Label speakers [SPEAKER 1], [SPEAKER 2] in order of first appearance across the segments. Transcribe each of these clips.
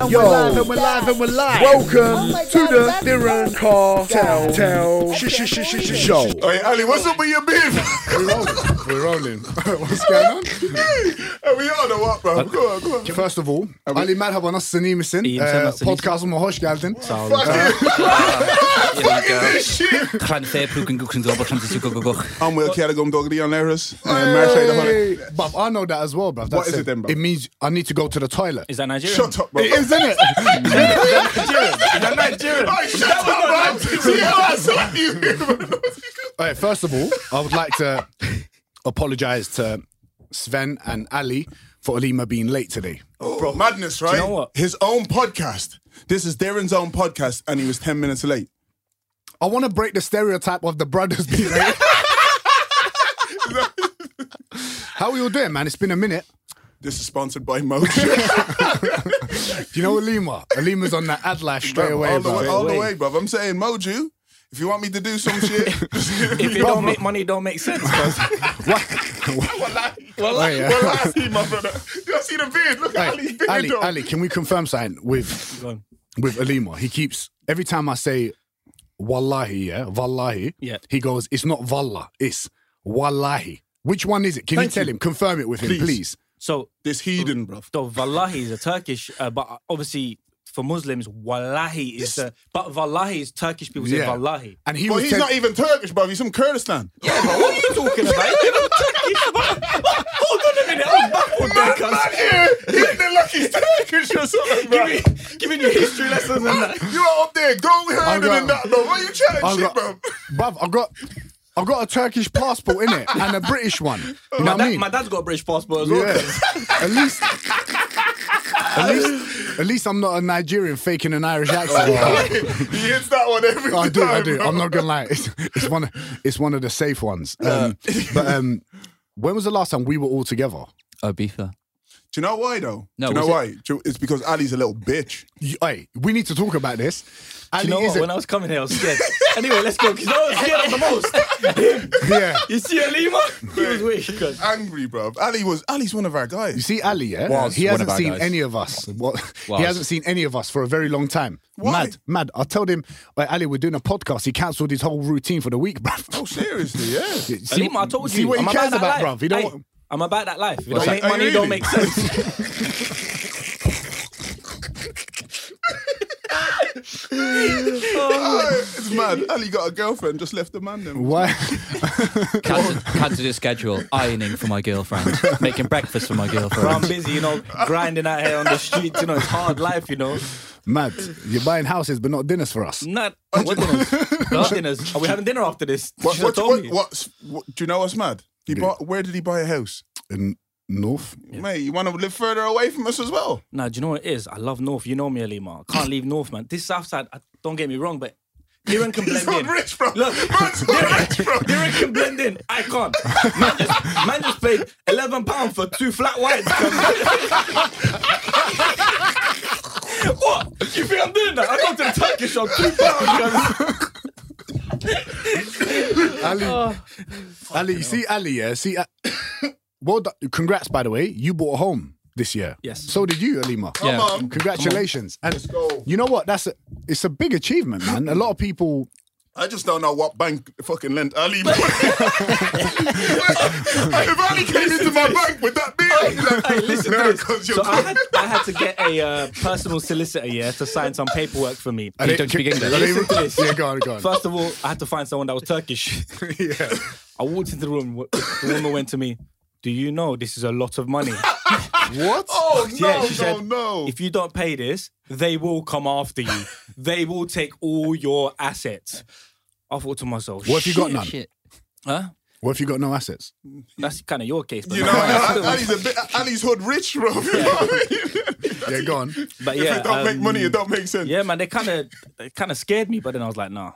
[SPEAKER 1] And
[SPEAKER 2] Yo.
[SPEAKER 1] we're live, and we're live, and we're live. Oh
[SPEAKER 3] Oh
[SPEAKER 2] Welcome
[SPEAKER 4] my
[SPEAKER 2] to
[SPEAKER 4] God,
[SPEAKER 2] the
[SPEAKER 4] that's-
[SPEAKER 2] Darren Cartel Tell sh- sh- sh- sh- sh- Show.
[SPEAKER 5] Hey, Ali, what's up with your beef?
[SPEAKER 3] We're rolling. We're rolling. What's going on?
[SPEAKER 5] Are we on or what, bro? Go on, go on.
[SPEAKER 3] First of all, Ali merhaba nasılsın iyi misin?
[SPEAKER 6] İyiyim,
[SPEAKER 3] Ee,
[SPEAKER 6] sen nasılsın,
[SPEAKER 3] Podcastıma hoş geldin.
[SPEAKER 6] Sağ olun. Here we go. Kranfe, Pluken, Gucken, Sauber, Kranfe, Zucker, Gogoch.
[SPEAKER 5] I'm Will Catagum Doggy on Larris. Man, shade the honey.
[SPEAKER 3] Hey, bruv, I know that as well, bruv. That's
[SPEAKER 5] is it then, bruv?
[SPEAKER 3] It means I need to go to the toilet.
[SPEAKER 6] Is that Nigerian?
[SPEAKER 5] Shut up, bro.
[SPEAKER 3] It is, isn't it?
[SPEAKER 6] that Nigerian?
[SPEAKER 5] Hey, shut up, bro. See how I slap you?
[SPEAKER 3] All right, first of all, I would like to apologize to Sven and Ali for Alima being late today.
[SPEAKER 5] Bro, madness, right?
[SPEAKER 6] know what?
[SPEAKER 5] His own podcast. This is Darren's own podcast, and he was 10 minutes late.
[SPEAKER 3] I want to break the stereotype of the brothers being late. How are you all doing, man? It's been a minute.
[SPEAKER 5] This is sponsored by Mojo.
[SPEAKER 3] Do you know Alima? Alima's on that ad lash straight away.
[SPEAKER 5] all the
[SPEAKER 3] bruv.
[SPEAKER 5] way, all the way, bro. I'm saying Mojo. If you want me to do some shit,
[SPEAKER 6] If it don't make money, it don't make sense. cuz.
[SPEAKER 5] well,
[SPEAKER 3] Oh, yeah.
[SPEAKER 5] I see my brother. You see the beard? Look at Ali's
[SPEAKER 3] Hey,
[SPEAKER 5] beard,
[SPEAKER 3] Ali,
[SPEAKER 5] though.
[SPEAKER 3] Ali, can we confirm something with
[SPEAKER 6] Go on.
[SPEAKER 3] with Alima? He keeps every time I say wallahi, yeah, wallahi,
[SPEAKER 6] Yeah.
[SPEAKER 3] He goes, it's not vallah, it's wallahi. Which one is it? Can
[SPEAKER 5] Thank
[SPEAKER 3] you tell
[SPEAKER 5] you.
[SPEAKER 3] him? Confirm it with him,
[SPEAKER 5] Please.
[SPEAKER 3] please.
[SPEAKER 6] So,
[SPEAKER 5] This heathen, bro.
[SPEAKER 6] though, Wallahi is a Turkish, uh, but obviously for Muslims, Wallahi is the. But Wallahi is Turkish people say
[SPEAKER 3] Yeah.
[SPEAKER 6] Wallahi.
[SPEAKER 3] And he
[SPEAKER 5] But
[SPEAKER 3] was
[SPEAKER 5] he's
[SPEAKER 3] tell-
[SPEAKER 5] not even Turkish, bro. He's from Kurdistan.
[SPEAKER 6] What are you talking about? You're not Turkish, man. Hold on a minute. I'm baffled there, cuz.
[SPEAKER 5] yeah, he's the lucky Turkish or something, bro.
[SPEAKER 6] Giving you history lessons and that.
[SPEAKER 5] You are up there, go harder
[SPEAKER 3] got-
[SPEAKER 5] than that, bro. Why you chatting
[SPEAKER 3] I've
[SPEAKER 5] shit,
[SPEAKER 3] got,
[SPEAKER 5] bro?
[SPEAKER 3] bruv, I've got, I've got a Turkish passport in it and a British one.
[SPEAKER 5] Oh,
[SPEAKER 3] You know
[SPEAKER 6] My,
[SPEAKER 3] what I
[SPEAKER 6] dad,
[SPEAKER 3] mean?
[SPEAKER 6] my dad's got a British passport as well.
[SPEAKER 3] yeah. at least, at least, at least I'm not a Nigerian faking an Irish
[SPEAKER 6] Oh,
[SPEAKER 3] accent. Oh,
[SPEAKER 5] he hits that one every
[SPEAKER 3] I
[SPEAKER 5] time.
[SPEAKER 3] do, I do.
[SPEAKER 5] bro.
[SPEAKER 3] I'm not gonna lie. It's, it's one. Of, it's one of the safe ones. Um, but um, when was the last time we were all together?
[SPEAKER 5] Do
[SPEAKER 6] Ibiza.
[SPEAKER 5] you know why though?
[SPEAKER 6] No,
[SPEAKER 5] do you know
[SPEAKER 6] was it-
[SPEAKER 5] why? Do you- It's because Ali's a little bitch.
[SPEAKER 3] You, hey, we need to talk about this. Ali
[SPEAKER 6] You know
[SPEAKER 3] is
[SPEAKER 6] what?
[SPEAKER 3] a-
[SPEAKER 6] When I was coming here, I was scared. anyway, let's go. Because I was scared of the most.
[SPEAKER 3] yeah.
[SPEAKER 6] You see Alima? He was weak. cuz.
[SPEAKER 5] Angry, bro. Ali was Ali's one of our
[SPEAKER 3] You
[SPEAKER 5] guys.
[SPEAKER 3] see, Ali, yeah,
[SPEAKER 6] Was
[SPEAKER 3] he
[SPEAKER 6] one
[SPEAKER 3] hasn't
[SPEAKER 6] of our
[SPEAKER 3] seen
[SPEAKER 6] guys.
[SPEAKER 3] any of us. What?
[SPEAKER 6] Was.
[SPEAKER 3] He hasn't seen any of us for a very long time.
[SPEAKER 5] Why?
[SPEAKER 3] Mad, mad. I told him, "Hey, Ali, we're doing a podcast. He cancelled his whole routine for the week, bruv.
[SPEAKER 5] Oh, seriously, yeah.
[SPEAKER 3] See-
[SPEAKER 6] Alima, I told
[SPEAKER 3] see
[SPEAKER 6] you.
[SPEAKER 3] what he
[SPEAKER 6] I'm
[SPEAKER 3] cares about,
[SPEAKER 6] about, that
[SPEAKER 3] bruv.
[SPEAKER 6] life.
[SPEAKER 3] He don't.
[SPEAKER 6] Hey,
[SPEAKER 3] want-
[SPEAKER 6] I'm about that life. If it
[SPEAKER 5] What's
[SPEAKER 6] don't
[SPEAKER 5] that? Are
[SPEAKER 6] make
[SPEAKER 5] you
[SPEAKER 6] money,
[SPEAKER 5] really?
[SPEAKER 6] it don't make sense.
[SPEAKER 5] Oh, it's mad. Ali got a girlfriend, just left the man then.
[SPEAKER 3] Why?
[SPEAKER 7] Cancelled cancelled his schedule, ironing for my girlfriend, making breakfast for my
[SPEAKER 6] Bro, I'm
[SPEAKER 7] girlfriend.
[SPEAKER 6] busy, you know, grinding out here on the streets. You know, it's hard life, you know.
[SPEAKER 3] mad. You're buying houses, but not dinners for us.
[SPEAKER 6] Not what dinners? What dinners? Are we having dinner after this?
[SPEAKER 5] What,
[SPEAKER 6] Should've
[SPEAKER 5] what,
[SPEAKER 6] told
[SPEAKER 5] what,
[SPEAKER 6] me.
[SPEAKER 5] what's, what, do you know what's mad? He bought, where did he buy a house?
[SPEAKER 3] In North.
[SPEAKER 5] Mate, you want to live further away from us as well?
[SPEAKER 6] Nah, do you know what it is? I love North. You know me, Alima. I can't leave North, man. This South Side, I, don't get me wrong, but Diran can blend
[SPEAKER 5] He's not
[SPEAKER 6] in.
[SPEAKER 5] rich, bro.
[SPEAKER 6] Look,
[SPEAKER 5] Man's not rich, bro.
[SPEAKER 6] Diran can blend in. I can't. Man just, man just paid eleven pound for two flat whites. cuz. what? You think I'm doing that? I go to the Turkish shop, two pounds.
[SPEAKER 3] Ali,
[SPEAKER 6] cuz.
[SPEAKER 3] Ali, you see Ali, yeah, see. Uh, well, done. congrats by the way, you bought a home this year.
[SPEAKER 6] Yes.
[SPEAKER 3] So did you, Alima.
[SPEAKER 7] Yeah.
[SPEAKER 5] on.
[SPEAKER 3] Congratulations, and Let's
[SPEAKER 5] go.
[SPEAKER 3] you know what? That's a, it's a big achievement, man. A lot of people.
[SPEAKER 5] I just don't know what bank fucking lent Ali. money. if Ali came into my bank with that beard,
[SPEAKER 6] Hey, listen
[SPEAKER 5] No,
[SPEAKER 6] to this.
[SPEAKER 5] 'cause you're
[SPEAKER 6] So I had, I had to get a uh, personal solicitor, yeah, to sign some paperwork for me.
[SPEAKER 3] Are they-
[SPEAKER 7] don't speak English.
[SPEAKER 3] are they-
[SPEAKER 6] Listen to this.
[SPEAKER 3] Yeah, go on, go on.
[SPEAKER 6] First of all, I had to find someone that was Turkish.
[SPEAKER 3] yeah.
[SPEAKER 6] I walked into the room. w- The woman went to me. Do you know this is a lot of money?
[SPEAKER 3] What?
[SPEAKER 5] oh no,
[SPEAKER 6] Yeah,
[SPEAKER 5] no,
[SPEAKER 6] she said,
[SPEAKER 5] no.
[SPEAKER 6] If you don't pay this, they will come after you. They will take all your assets. I thought to myself,
[SPEAKER 3] What if you got
[SPEAKER 6] "Shit."
[SPEAKER 3] none?
[SPEAKER 7] Shit.
[SPEAKER 6] Huh?
[SPEAKER 3] What if you got no assets?
[SPEAKER 6] That's kind of your case, but,
[SPEAKER 5] You know, Ali- Ali's a bit Ali's hood rich, bro. You know what I mean?
[SPEAKER 3] Yeah, go on.
[SPEAKER 6] but
[SPEAKER 5] If
[SPEAKER 6] yeah,
[SPEAKER 5] it don't make
[SPEAKER 6] um,
[SPEAKER 5] money, it don't make sense.
[SPEAKER 6] Yeah, man, they kind of, they kind of scared me, but then I was like, nah,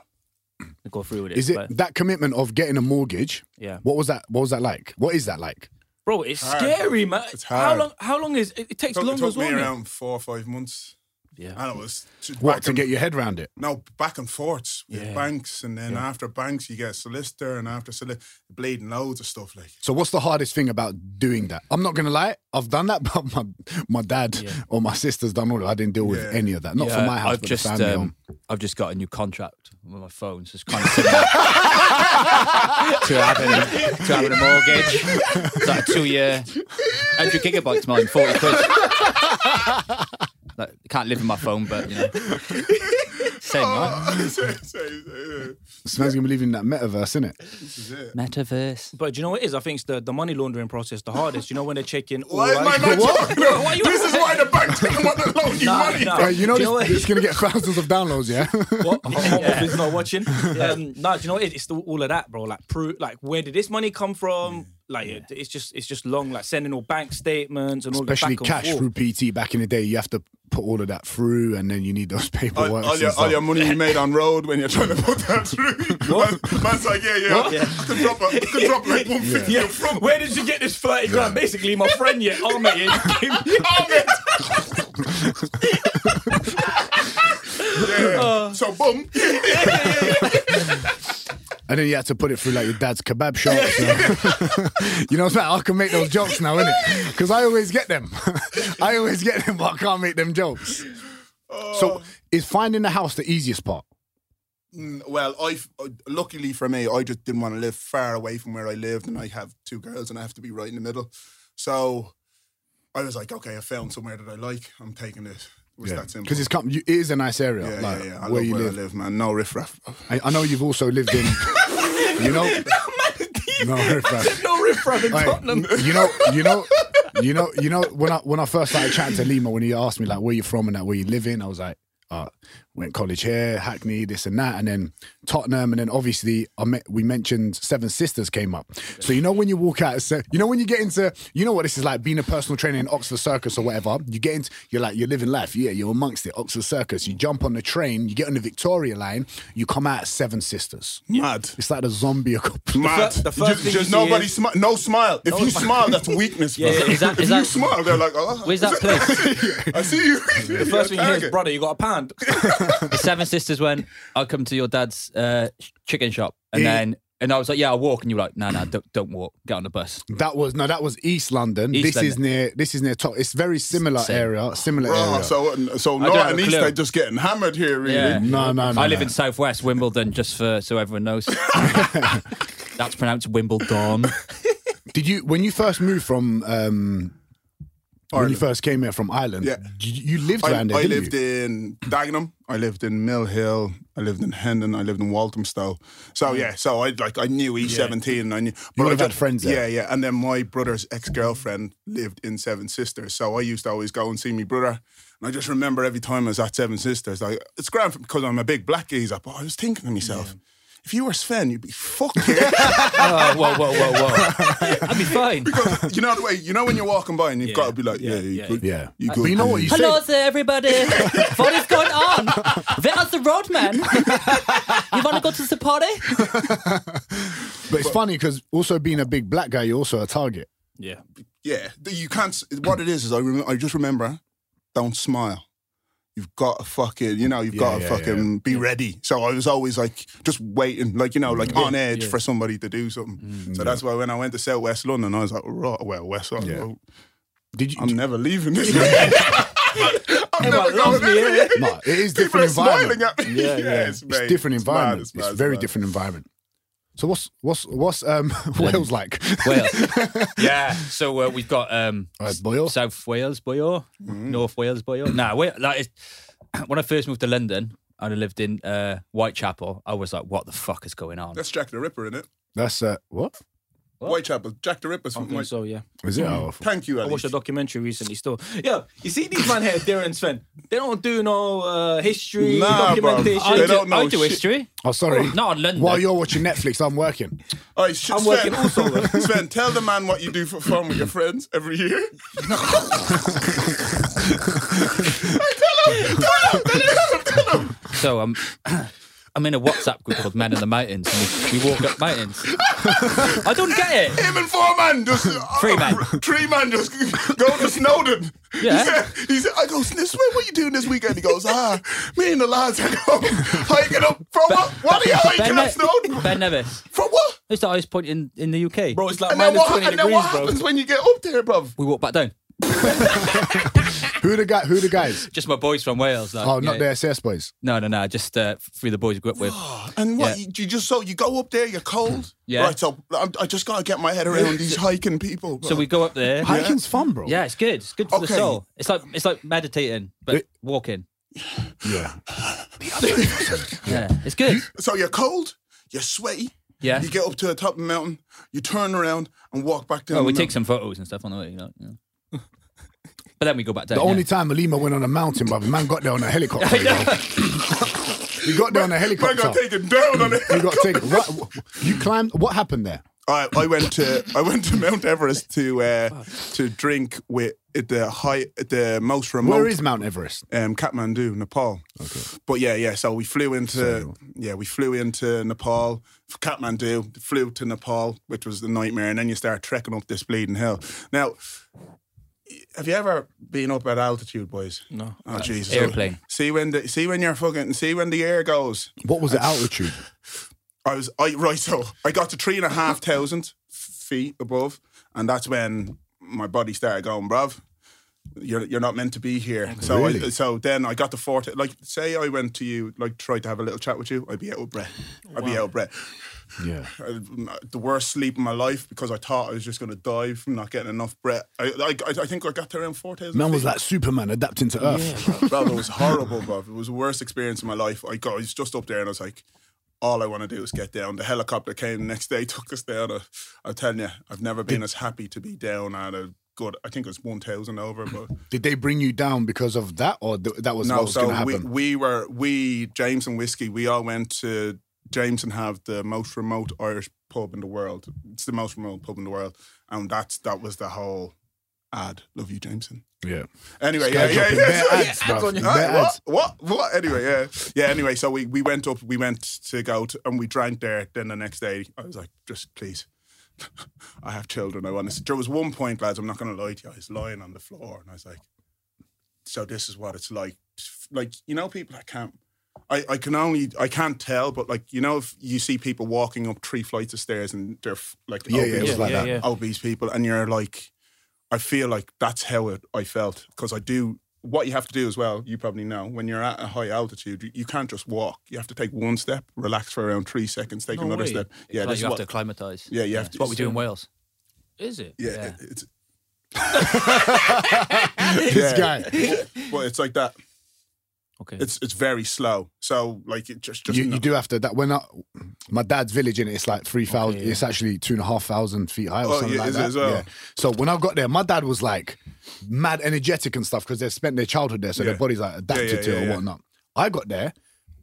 [SPEAKER 6] I'll go through with it.
[SPEAKER 3] Is it
[SPEAKER 6] But,
[SPEAKER 3] that commitment of getting a mortgage?
[SPEAKER 6] Yeah.
[SPEAKER 3] What was that? What was that like? What is that like?
[SPEAKER 6] bro, it's scary, man.
[SPEAKER 5] It's
[SPEAKER 6] How
[SPEAKER 5] hard.
[SPEAKER 6] long? How long is it? It takes
[SPEAKER 5] Took,
[SPEAKER 6] long
[SPEAKER 5] took
[SPEAKER 6] as
[SPEAKER 5] me
[SPEAKER 6] well.
[SPEAKER 5] around four or five months.
[SPEAKER 7] Yeah.
[SPEAKER 5] And it was to
[SPEAKER 3] What
[SPEAKER 5] back
[SPEAKER 3] to
[SPEAKER 5] and-
[SPEAKER 3] get your head around it?
[SPEAKER 5] No, back and forths with
[SPEAKER 6] Yeah.
[SPEAKER 5] banks, and then after banks you get solicitor, and after solicitor, bleeding loads of stuff like.
[SPEAKER 3] So what's the hardest thing about doing that? I'm not gonna lie, I've done that, but my my dad or my sister's done all. that. I didn't deal with
[SPEAKER 5] Yeah.
[SPEAKER 3] any of that. Not for
[SPEAKER 7] Yeah,
[SPEAKER 3] my house,
[SPEAKER 7] I've
[SPEAKER 3] but
[SPEAKER 7] just
[SPEAKER 3] the family.
[SPEAKER 7] um,
[SPEAKER 3] home.
[SPEAKER 7] I've just got a new contract on my phone, so it's kind of similar to having a, to having a mortgage. It's like a two year, hundred gigabytes mine, forty quid. Like, I can't live in my phone, but you know, same right?
[SPEAKER 3] Sven's gonna believe in that metaverse, innit?
[SPEAKER 7] Metaverse.
[SPEAKER 6] But do you know what it is? I think it's the, the money laundering process the hardest. You know when they're checking all
[SPEAKER 5] Why is my
[SPEAKER 6] right-
[SPEAKER 5] man
[SPEAKER 6] What?
[SPEAKER 5] talking
[SPEAKER 6] Bro, why you-
[SPEAKER 5] This is why the bank didn't want to loan you
[SPEAKER 6] Nah,
[SPEAKER 5] money.
[SPEAKER 6] nah.
[SPEAKER 5] bro.
[SPEAKER 3] Hey, you know,
[SPEAKER 6] Do you know
[SPEAKER 3] this,
[SPEAKER 6] what-
[SPEAKER 3] it's gonna get thousands of downloads, yeah.
[SPEAKER 6] What? Home office not watching. Um, no, do you know what it is? It's the, all of that, bro. Like, pro- like, where did this money come from? Like, it's just, it's just long. Like sending all bank statements and all
[SPEAKER 3] Especially
[SPEAKER 6] the back
[SPEAKER 3] cash
[SPEAKER 6] and
[SPEAKER 3] through
[SPEAKER 6] forth.
[SPEAKER 3] PT back in the day, you have to put all of that through, and then you need those
[SPEAKER 5] All,
[SPEAKER 3] paperwork.
[SPEAKER 5] all your, all your money you made on road when you're trying to put that through. Man- Man's like, yeah, yeah. I Could drop, a, could drop like 150
[SPEAKER 6] Yeah.
[SPEAKER 5] up front.
[SPEAKER 6] Where did you get this thirty grand? Basically, my friend, yeah, oh mate, yeah, you gave me-
[SPEAKER 5] Yeah.
[SPEAKER 6] Uh.
[SPEAKER 5] so, boom.
[SPEAKER 3] and then you had to put it through like your dad's kebab shop. so- you know what I'm saying? I can make those jokes now, innit? Because I always get them. I always get them, but I can't make them jokes.
[SPEAKER 5] Oh.
[SPEAKER 3] So is finding the house the easiest part?
[SPEAKER 5] Mm, Well, I luckily for me, I just didn't want to live far away from where I lived, and I have two girls, and I have to be right in the middle. So I was like, okay, I found somewhere that I like. I'm taking it. It was that simple.
[SPEAKER 3] Because it's come, you, it is a nice area,
[SPEAKER 5] yeah,
[SPEAKER 3] like
[SPEAKER 5] yeah, yeah. I
[SPEAKER 3] where
[SPEAKER 5] love
[SPEAKER 3] you
[SPEAKER 5] where
[SPEAKER 3] live.
[SPEAKER 5] I live, man. No riffraff.
[SPEAKER 3] I, I know you've also lived in, you know, no, riffraff.
[SPEAKER 6] no riffraff in
[SPEAKER 3] Hey,
[SPEAKER 6] Tottenham.
[SPEAKER 3] you know, you know, you know, you know. When I when I first started chatting to Lima, when he asked me like where you from and that where you live in, I was like, uh, went college here, Hackney, this and that, and then Tottenham, and then obviously I met, we mentioned Seven Sisters came up. So you know when you walk out, so, you know when you get into, you know what this is like being a personal trainer in Oxford Circus or whatever. You get into, you're like you're living life, yeah, you're amongst it, Oxford Circus. You jump on the train, you get on the Victoria line, you come out at Seven Sisters.
[SPEAKER 5] Mad.
[SPEAKER 3] It's like the zombie apocalypse.
[SPEAKER 5] Mad.
[SPEAKER 6] fir- the first
[SPEAKER 5] Just-
[SPEAKER 6] thing
[SPEAKER 5] just
[SPEAKER 6] you see
[SPEAKER 5] nobody
[SPEAKER 6] is-
[SPEAKER 5] smi- No smile. If you smile, that's weakness.
[SPEAKER 6] Yeah,
[SPEAKER 5] bro.
[SPEAKER 6] yeah,
[SPEAKER 7] is that-
[SPEAKER 5] if
[SPEAKER 7] is
[SPEAKER 5] you
[SPEAKER 7] that-
[SPEAKER 5] smile, they're like, oh,
[SPEAKER 7] Where's that place?
[SPEAKER 5] I see you.
[SPEAKER 6] The first thing you hear is, brother, you got a pound.
[SPEAKER 7] The Seven Sisters went. I'll come to your dad's uh, sh- chicken shop, and
[SPEAKER 3] Yeah.
[SPEAKER 7] then and I was like, yeah, I'll walk, and you were like, no, no, don't, don't walk. Get on the bus.
[SPEAKER 3] That was no, that was East London.
[SPEAKER 7] East
[SPEAKER 3] this is
[SPEAKER 7] London.
[SPEAKER 3] near. This is near. Top. It's very similar
[SPEAKER 7] Same.
[SPEAKER 3] area. Similar
[SPEAKER 5] Bro,
[SPEAKER 3] area.
[SPEAKER 5] so so
[SPEAKER 7] don't
[SPEAKER 5] North
[SPEAKER 7] have
[SPEAKER 5] and
[SPEAKER 7] a
[SPEAKER 5] East,
[SPEAKER 7] clue.
[SPEAKER 5] they're just getting hammered here, really.
[SPEAKER 7] Yeah.
[SPEAKER 3] no, no, no.
[SPEAKER 7] I live
[SPEAKER 3] no.
[SPEAKER 7] in Southwest Wimbledon, just for so everyone knows. That's pronounced Wimbledon.
[SPEAKER 3] Did you when you first moved from? um When you
[SPEAKER 5] Ireland.
[SPEAKER 3] first came here from Ireland,
[SPEAKER 5] Yeah.
[SPEAKER 3] you, you lived
[SPEAKER 5] I,
[SPEAKER 3] around there.
[SPEAKER 5] I
[SPEAKER 3] didn't
[SPEAKER 5] lived
[SPEAKER 3] you?
[SPEAKER 5] in Dagenham. I lived in Mill Hill. I lived in Hendon. I lived in Walthamstow. So yeah, so I like I knew E seventeen. and I knew. But
[SPEAKER 3] would
[SPEAKER 5] I
[SPEAKER 3] have had
[SPEAKER 5] just-
[SPEAKER 3] friends there.
[SPEAKER 5] Yeah, yeah. And then my brother's ex girlfriend lived in Seven Sisters, so I used to always go and see my brother. And I just remember every time I was at Seven Sisters, like it's grand because I'm a big black geezer. But I was thinking to myself, if you were Sven, you'd be fucking.
[SPEAKER 7] Oh, whoa, whoa, whoa, whoa! I'd be fine.
[SPEAKER 5] you know the way. You know when you're walking by and you've got to be like, yeah, you
[SPEAKER 6] yeah,
[SPEAKER 5] good.
[SPEAKER 3] Yeah.
[SPEAKER 5] You
[SPEAKER 3] But
[SPEAKER 5] good,
[SPEAKER 3] you know what
[SPEAKER 5] dude.
[SPEAKER 3] you
[SPEAKER 7] Hello
[SPEAKER 3] said?
[SPEAKER 7] there, everybody. what is going on? Where's the roadman? you want to go to the party?
[SPEAKER 3] But it's funny because also being a big black guy, you're also a target.
[SPEAKER 6] Yeah.
[SPEAKER 5] Yeah, th- you can't. s- What it is is I rem- I just remember, don't smile. You've got to fucking, you know, you've
[SPEAKER 3] Yeah,
[SPEAKER 5] got to
[SPEAKER 3] yeah,
[SPEAKER 5] fucking be ready. So I was always like, just waiting, like you know, like on edge for somebody to do something.
[SPEAKER 3] Mm,
[SPEAKER 5] so that's why when I went to South West London, I was like, right, well, West London,
[SPEAKER 3] Yeah.
[SPEAKER 5] well,
[SPEAKER 3] Did you?
[SPEAKER 5] I'm never leaving this. I'm never going. there.
[SPEAKER 3] Nah, it is
[SPEAKER 5] People
[SPEAKER 3] different
[SPEAKER 5] are smiling
[SPEAKER 3] environment.
[SPEAKER 5] at me.
[SPEAKER 6] Yeah, yeah.
[SPEAKER 5] Yes, mate.
[SPEAKER 3] It's different
[SPEAKER 5] mad,
[SPEAKER 3] environment. It's,
[SPEAKER 5] mad,
[SPEAKER 3] very
[SPEAKER 5] mad.
[SPEAKER 3] different environment. So what's what's what's um Wales like?
[SPEAKER 7] Wales. Yeah. So uh, we've got um,
[SPEAKER 3] Right, boyo.
[SPEAKER 7] South Wales, boyo.
[SPEAKER 3] Mm.
[SPEAKER 7] North Wales, boyo. Nah, we like it's, when I first moved to London and I lived in uh, Whitechapel, I was like, what the fuck is going on?
[SPEAKER 5] That's Jack the Ripper, isn't it?
[SPEAKER 3] That's uh what
[SPEAKER 5] Whitechapel. Jack the Ripper's
[SPEAKER 6] I
[SPEAKER 5] from
[SPEAKER 6] think
[SPEAKER 5] Whitechapel.
[SPEAKER 6] so, yeah.
[SPEAKER 3] is it? Oh,
[SPEAKER 5] Thank you,
[SPEAKER 6] I
[SPEAKER 5] Ali.
[SPEAKER 6] watched a documentary recently still. Yeah, you see these man here, Darren and Sven, they don't do no uh, history,
[SPEAKER 5] Nah, bro.
[SPEAKER 6] documentation.
[SPEAKER 5] I They
[SPEAKER 7] do,
[SPEAKER 5] don't know
[SPEAKER 7] I do
[SPEAKER 5] shit.
[SPEAKER 7] history.
[SPEAKER 3] oh sorry.
[SPEAKER 7] Not on London.
[SPEAKER 3] While you're watching Netflix, I'm working.
[SPEAKER 5] All right, sh-
[SPEAKER 6] I'm
[SPEAKER 5] Sven,
[SPEAKER 6] working also.
[SPEAKER 5] Sven, tell the man what you do for fun with your friends every year.
[SPEAKER 7] So um, I I'm in a WhatsApp group called Men in the Mountains, and we, we walk up mountains. I don't get it.
[SPEAKER 5] Him and four man just oh,
[SPEAKER 7] Three man.
[SPEAKER 5] Three man just go to Snowden.
[SPEAKER 7] Yeah.
[SPEAKER 5] He said, he said I go, Sniss, what what you doing this weekend? He goes, ah, me and the lads are going hiking up from what? What are you hiking up Snowden?
[SPEAKER 7] ben Nevis.
[SPEAKER 5] From what?
[SPEAKER 7] It's the highest point in, in the UK.
[SPEAKER 6] Bro, it's like
[SPEAKER 5] And then
[SPEAKER 6] minus
[SPEAKER 5] what,
[SPEAKER 6] 20
[SPEAKER 5] and then what
[SPEAKER 6] degrees, bro.
[SPEAKER 5] happens when you get up there, bruv?
[SPEAKER 7] We walk back down.
[SPEAKER 3] Who the guy? Who the guys?
[SPEAKER 7] Just my boys from Wales. Like,
[SPEAKER 3] Oh,
[SPEAKER 7] you
[SPEAKER 3] not
[SPEAKER 7] know.
[SPEAKER 3] the SS boys.
[SPEAKER 7] No, no, no. Just uh, three of the boys I grew up with.
[SPEAKER 5] And what
[SPEAKER 7] Yeah.
[SPEAKER 5] you, you just so you go up there, you're cold.
[SPEAKER 7] Yeah.
[SPEAKER 5] Right, so I'm, I just gotta get my head around these hiking people.
[SPEAKER 7] So we go up there.
[SPEAKER 3] Hiking's fun, bro.
[SPEAKER 7] Yeah, it's good. It's good for the
[SPEAKER 5] Okay.
[SPEAKER 7] soul. It's like it's like meditating, but
[SPEAKER 3] It-
[SPEAKER 7] walking.
[SPEAKER 3] yeah.
[SPEAKER 7] Yeah, it's good. Oh,
[SPEAKER 5] So you're cold, you're sweaty.
[SPEAKER 7] Yeah.
[SPEAKER 5] You get up to the top of the mountain, you turn around and walk back down. the
[SPEAKER 7] Well, Oh, we
[SPEAKER 5] mountain.
[SPEAKER 7] take some photos and stuff on the way. You know, yeah. But then we go back down.
[SPEAKER 3] The
[SPEAKER 7] yeah.
[SPEAKER 3] only time Lima went on a mountain, but the man got there on a helicopter. you know. He got there on a
[SPEAKER 5] Man
[SPEAKER 3] helicopter.
[SPEAKER 5] got taken down on it.
[SPEAKER 3] You got taken. What, you climbed. What happened there?
[SPEAKER 5] I, I went to I went to Mount Everest to uh, to drink with at the high at the most remote
[SPEAKER 3] Where is Mount Everest?
[SPEAKER 5] um, Kathmandu, Nepal. Okay. But yeah, yeah. So we flew into yeah we flew into Nepal, Kathmandu, flew to Nepal, which was the nightmare, and then you start trekking up this bleeding hill. Now, have you ever been up at altitude, boys?
[SPEAKER 6] No.
[SPEAKER 5] Oh Jesus!
[SPEAKER 7] Airplane.
[SPEAKER 5] See when the see when you're fucking see when the air goes.
[SPEAKER 3] What was the altitude?
[SPEAKER 5] I was I right so I got to three and a half thousand feet above, and that's when my body started going, bruv. You're you're not meant to be here. So I,
[SPEAKER 3] Really?
[SPEAKER 5] so then I got to four. Like say I went to you, like tried to have a little chat with you, I'd be out of breath. I'd be out of breath.
[SPEAKER 3] Yeah.
[SPEAKER 5] I- the worst sleep in my life because I thought I was just going to die from not getting enough breath. I I, I- I think I got to around four thousand.
[SPEAKER 3] Man was like Superman adapting to Earth.
[SPEAKER 5] Bro, it was horrible, bro. It was the worst experience of my life. I got, I was just up there and I was like, all I want to do is get down. The helicopter came the next day, took us down. Uh, I- I'm telling you, I've never been as happy to be down at a good, I think it was 1,000 over, but
[SPEAKER 3] Did they bring you down because of that, or th- that was what
[SPEAKER 5] no,
[SPEAKER 3] was going to
[SPEAKER 5] so we,
[SPEAKER 3] happen?
[SPEAKER 5] we were, we, James and Whiskey, we all went to James and have the most remote Irish pub in the world. It's the most remote pub in the world. And that's, that was the whole ad. Love you, Jameson.
[SPEAKER 3] yeah.
[SPEAKER 5] Anyway,
[SPEAKER 3] Guy
[SPEAKER 5] yeah, yeah,
[SPEAKER 3] dropping
[SPEAKER 5] yeah.
[SPEAKER 3] bare
[SPEAKER 5] so-
[SPEAKER 3] ads, bruv. Bare
[SPEAKER 5] Hey, what?
[SPEAKER 3] ads.
[SPEAKER 5] what? What? Anyway, yeah, yeah. Anyway, so we, we went up, we went to go to, and we drank there. Then the next day, I was like, just please, I have children. I want to. See. There was one point, lads. I'm not going to lie to you. I was lying on the floor, and I was like, so this is what it's like. Like you know, people that can't. I, I can only I can't tell, but like you know, if you see people walking up three flights of stairs and they're f- like
[SPEAKER 3] Yeah, yeah, it
[SPEAKER 5] obese
[SPEAKER 3] was like
[SPEAKER 6] yeah,
[SPEAKER 3] that.
[SPEAKER 6] yeah.
[SPEAKER 5] obese people, and you're like, I feel like that's how it, I felt because I do. What you have to do as well, you probably know, when you're at a high altitude, you, you can't just walk. You have to take one step, relax for around three seconds, take
[SPEAKER 6] No
[SPEAKER 5] another
[SPEAKER 6] way.
[SPEAKER 5] step. Yeah,
[SPEAKER 7] Like,
[SPEAKER 5] that's
[SPEAKER 7] you have
[SPEAKER 5] what.
[SPEAKER 7] to acclimatise.
[SPEAKER 5] yeah, you have to.
[SPEAKER 7] It's what we do in Wales.
[SPEAKER 6] Is it?
[SPEAKER 5] Yeah,
[SPEAKER 7] Yeah.
[SPEAKER 5] It, it's,
[SPEAKER 3] This guy.
[SPEAKER 5] but it's like that.
[SPEAKER 7] Okay.
[SPEAKER 5] It's it's very slow. So like it just just
[SPEAKER 3] You,
[SPEAKER 5] no-
[SPEAKER 3] you do have to. That when I, my dad's village in it, it's like three thousand. It's actually two and a half thousand feet high or
[SPEAKER 5] Oh,
[SPEAKER 3] something
[SPEAKER 5] yeah,
[SPEAKER 3] like
[SPEAKER 5] is it
[SPEAKER 3] that.
[SPEAKER 5] as well?
[SPEAKER 3] Yeah. So when I got there, my dad was like mad energetic and stuff because they've spent their childhood there, so
[SPEAKER 5] Yeah.
[SPEAKER 3] their body's like adapted
[SPEAKER 5] Yeah, yeah,
[SPEAKER 3] to it
[SPEAKER 5] yeah,
[SPEAKER 3] or
[SPEAKER 5] yeah.
[SPEAKER 3] whatnot. I got there,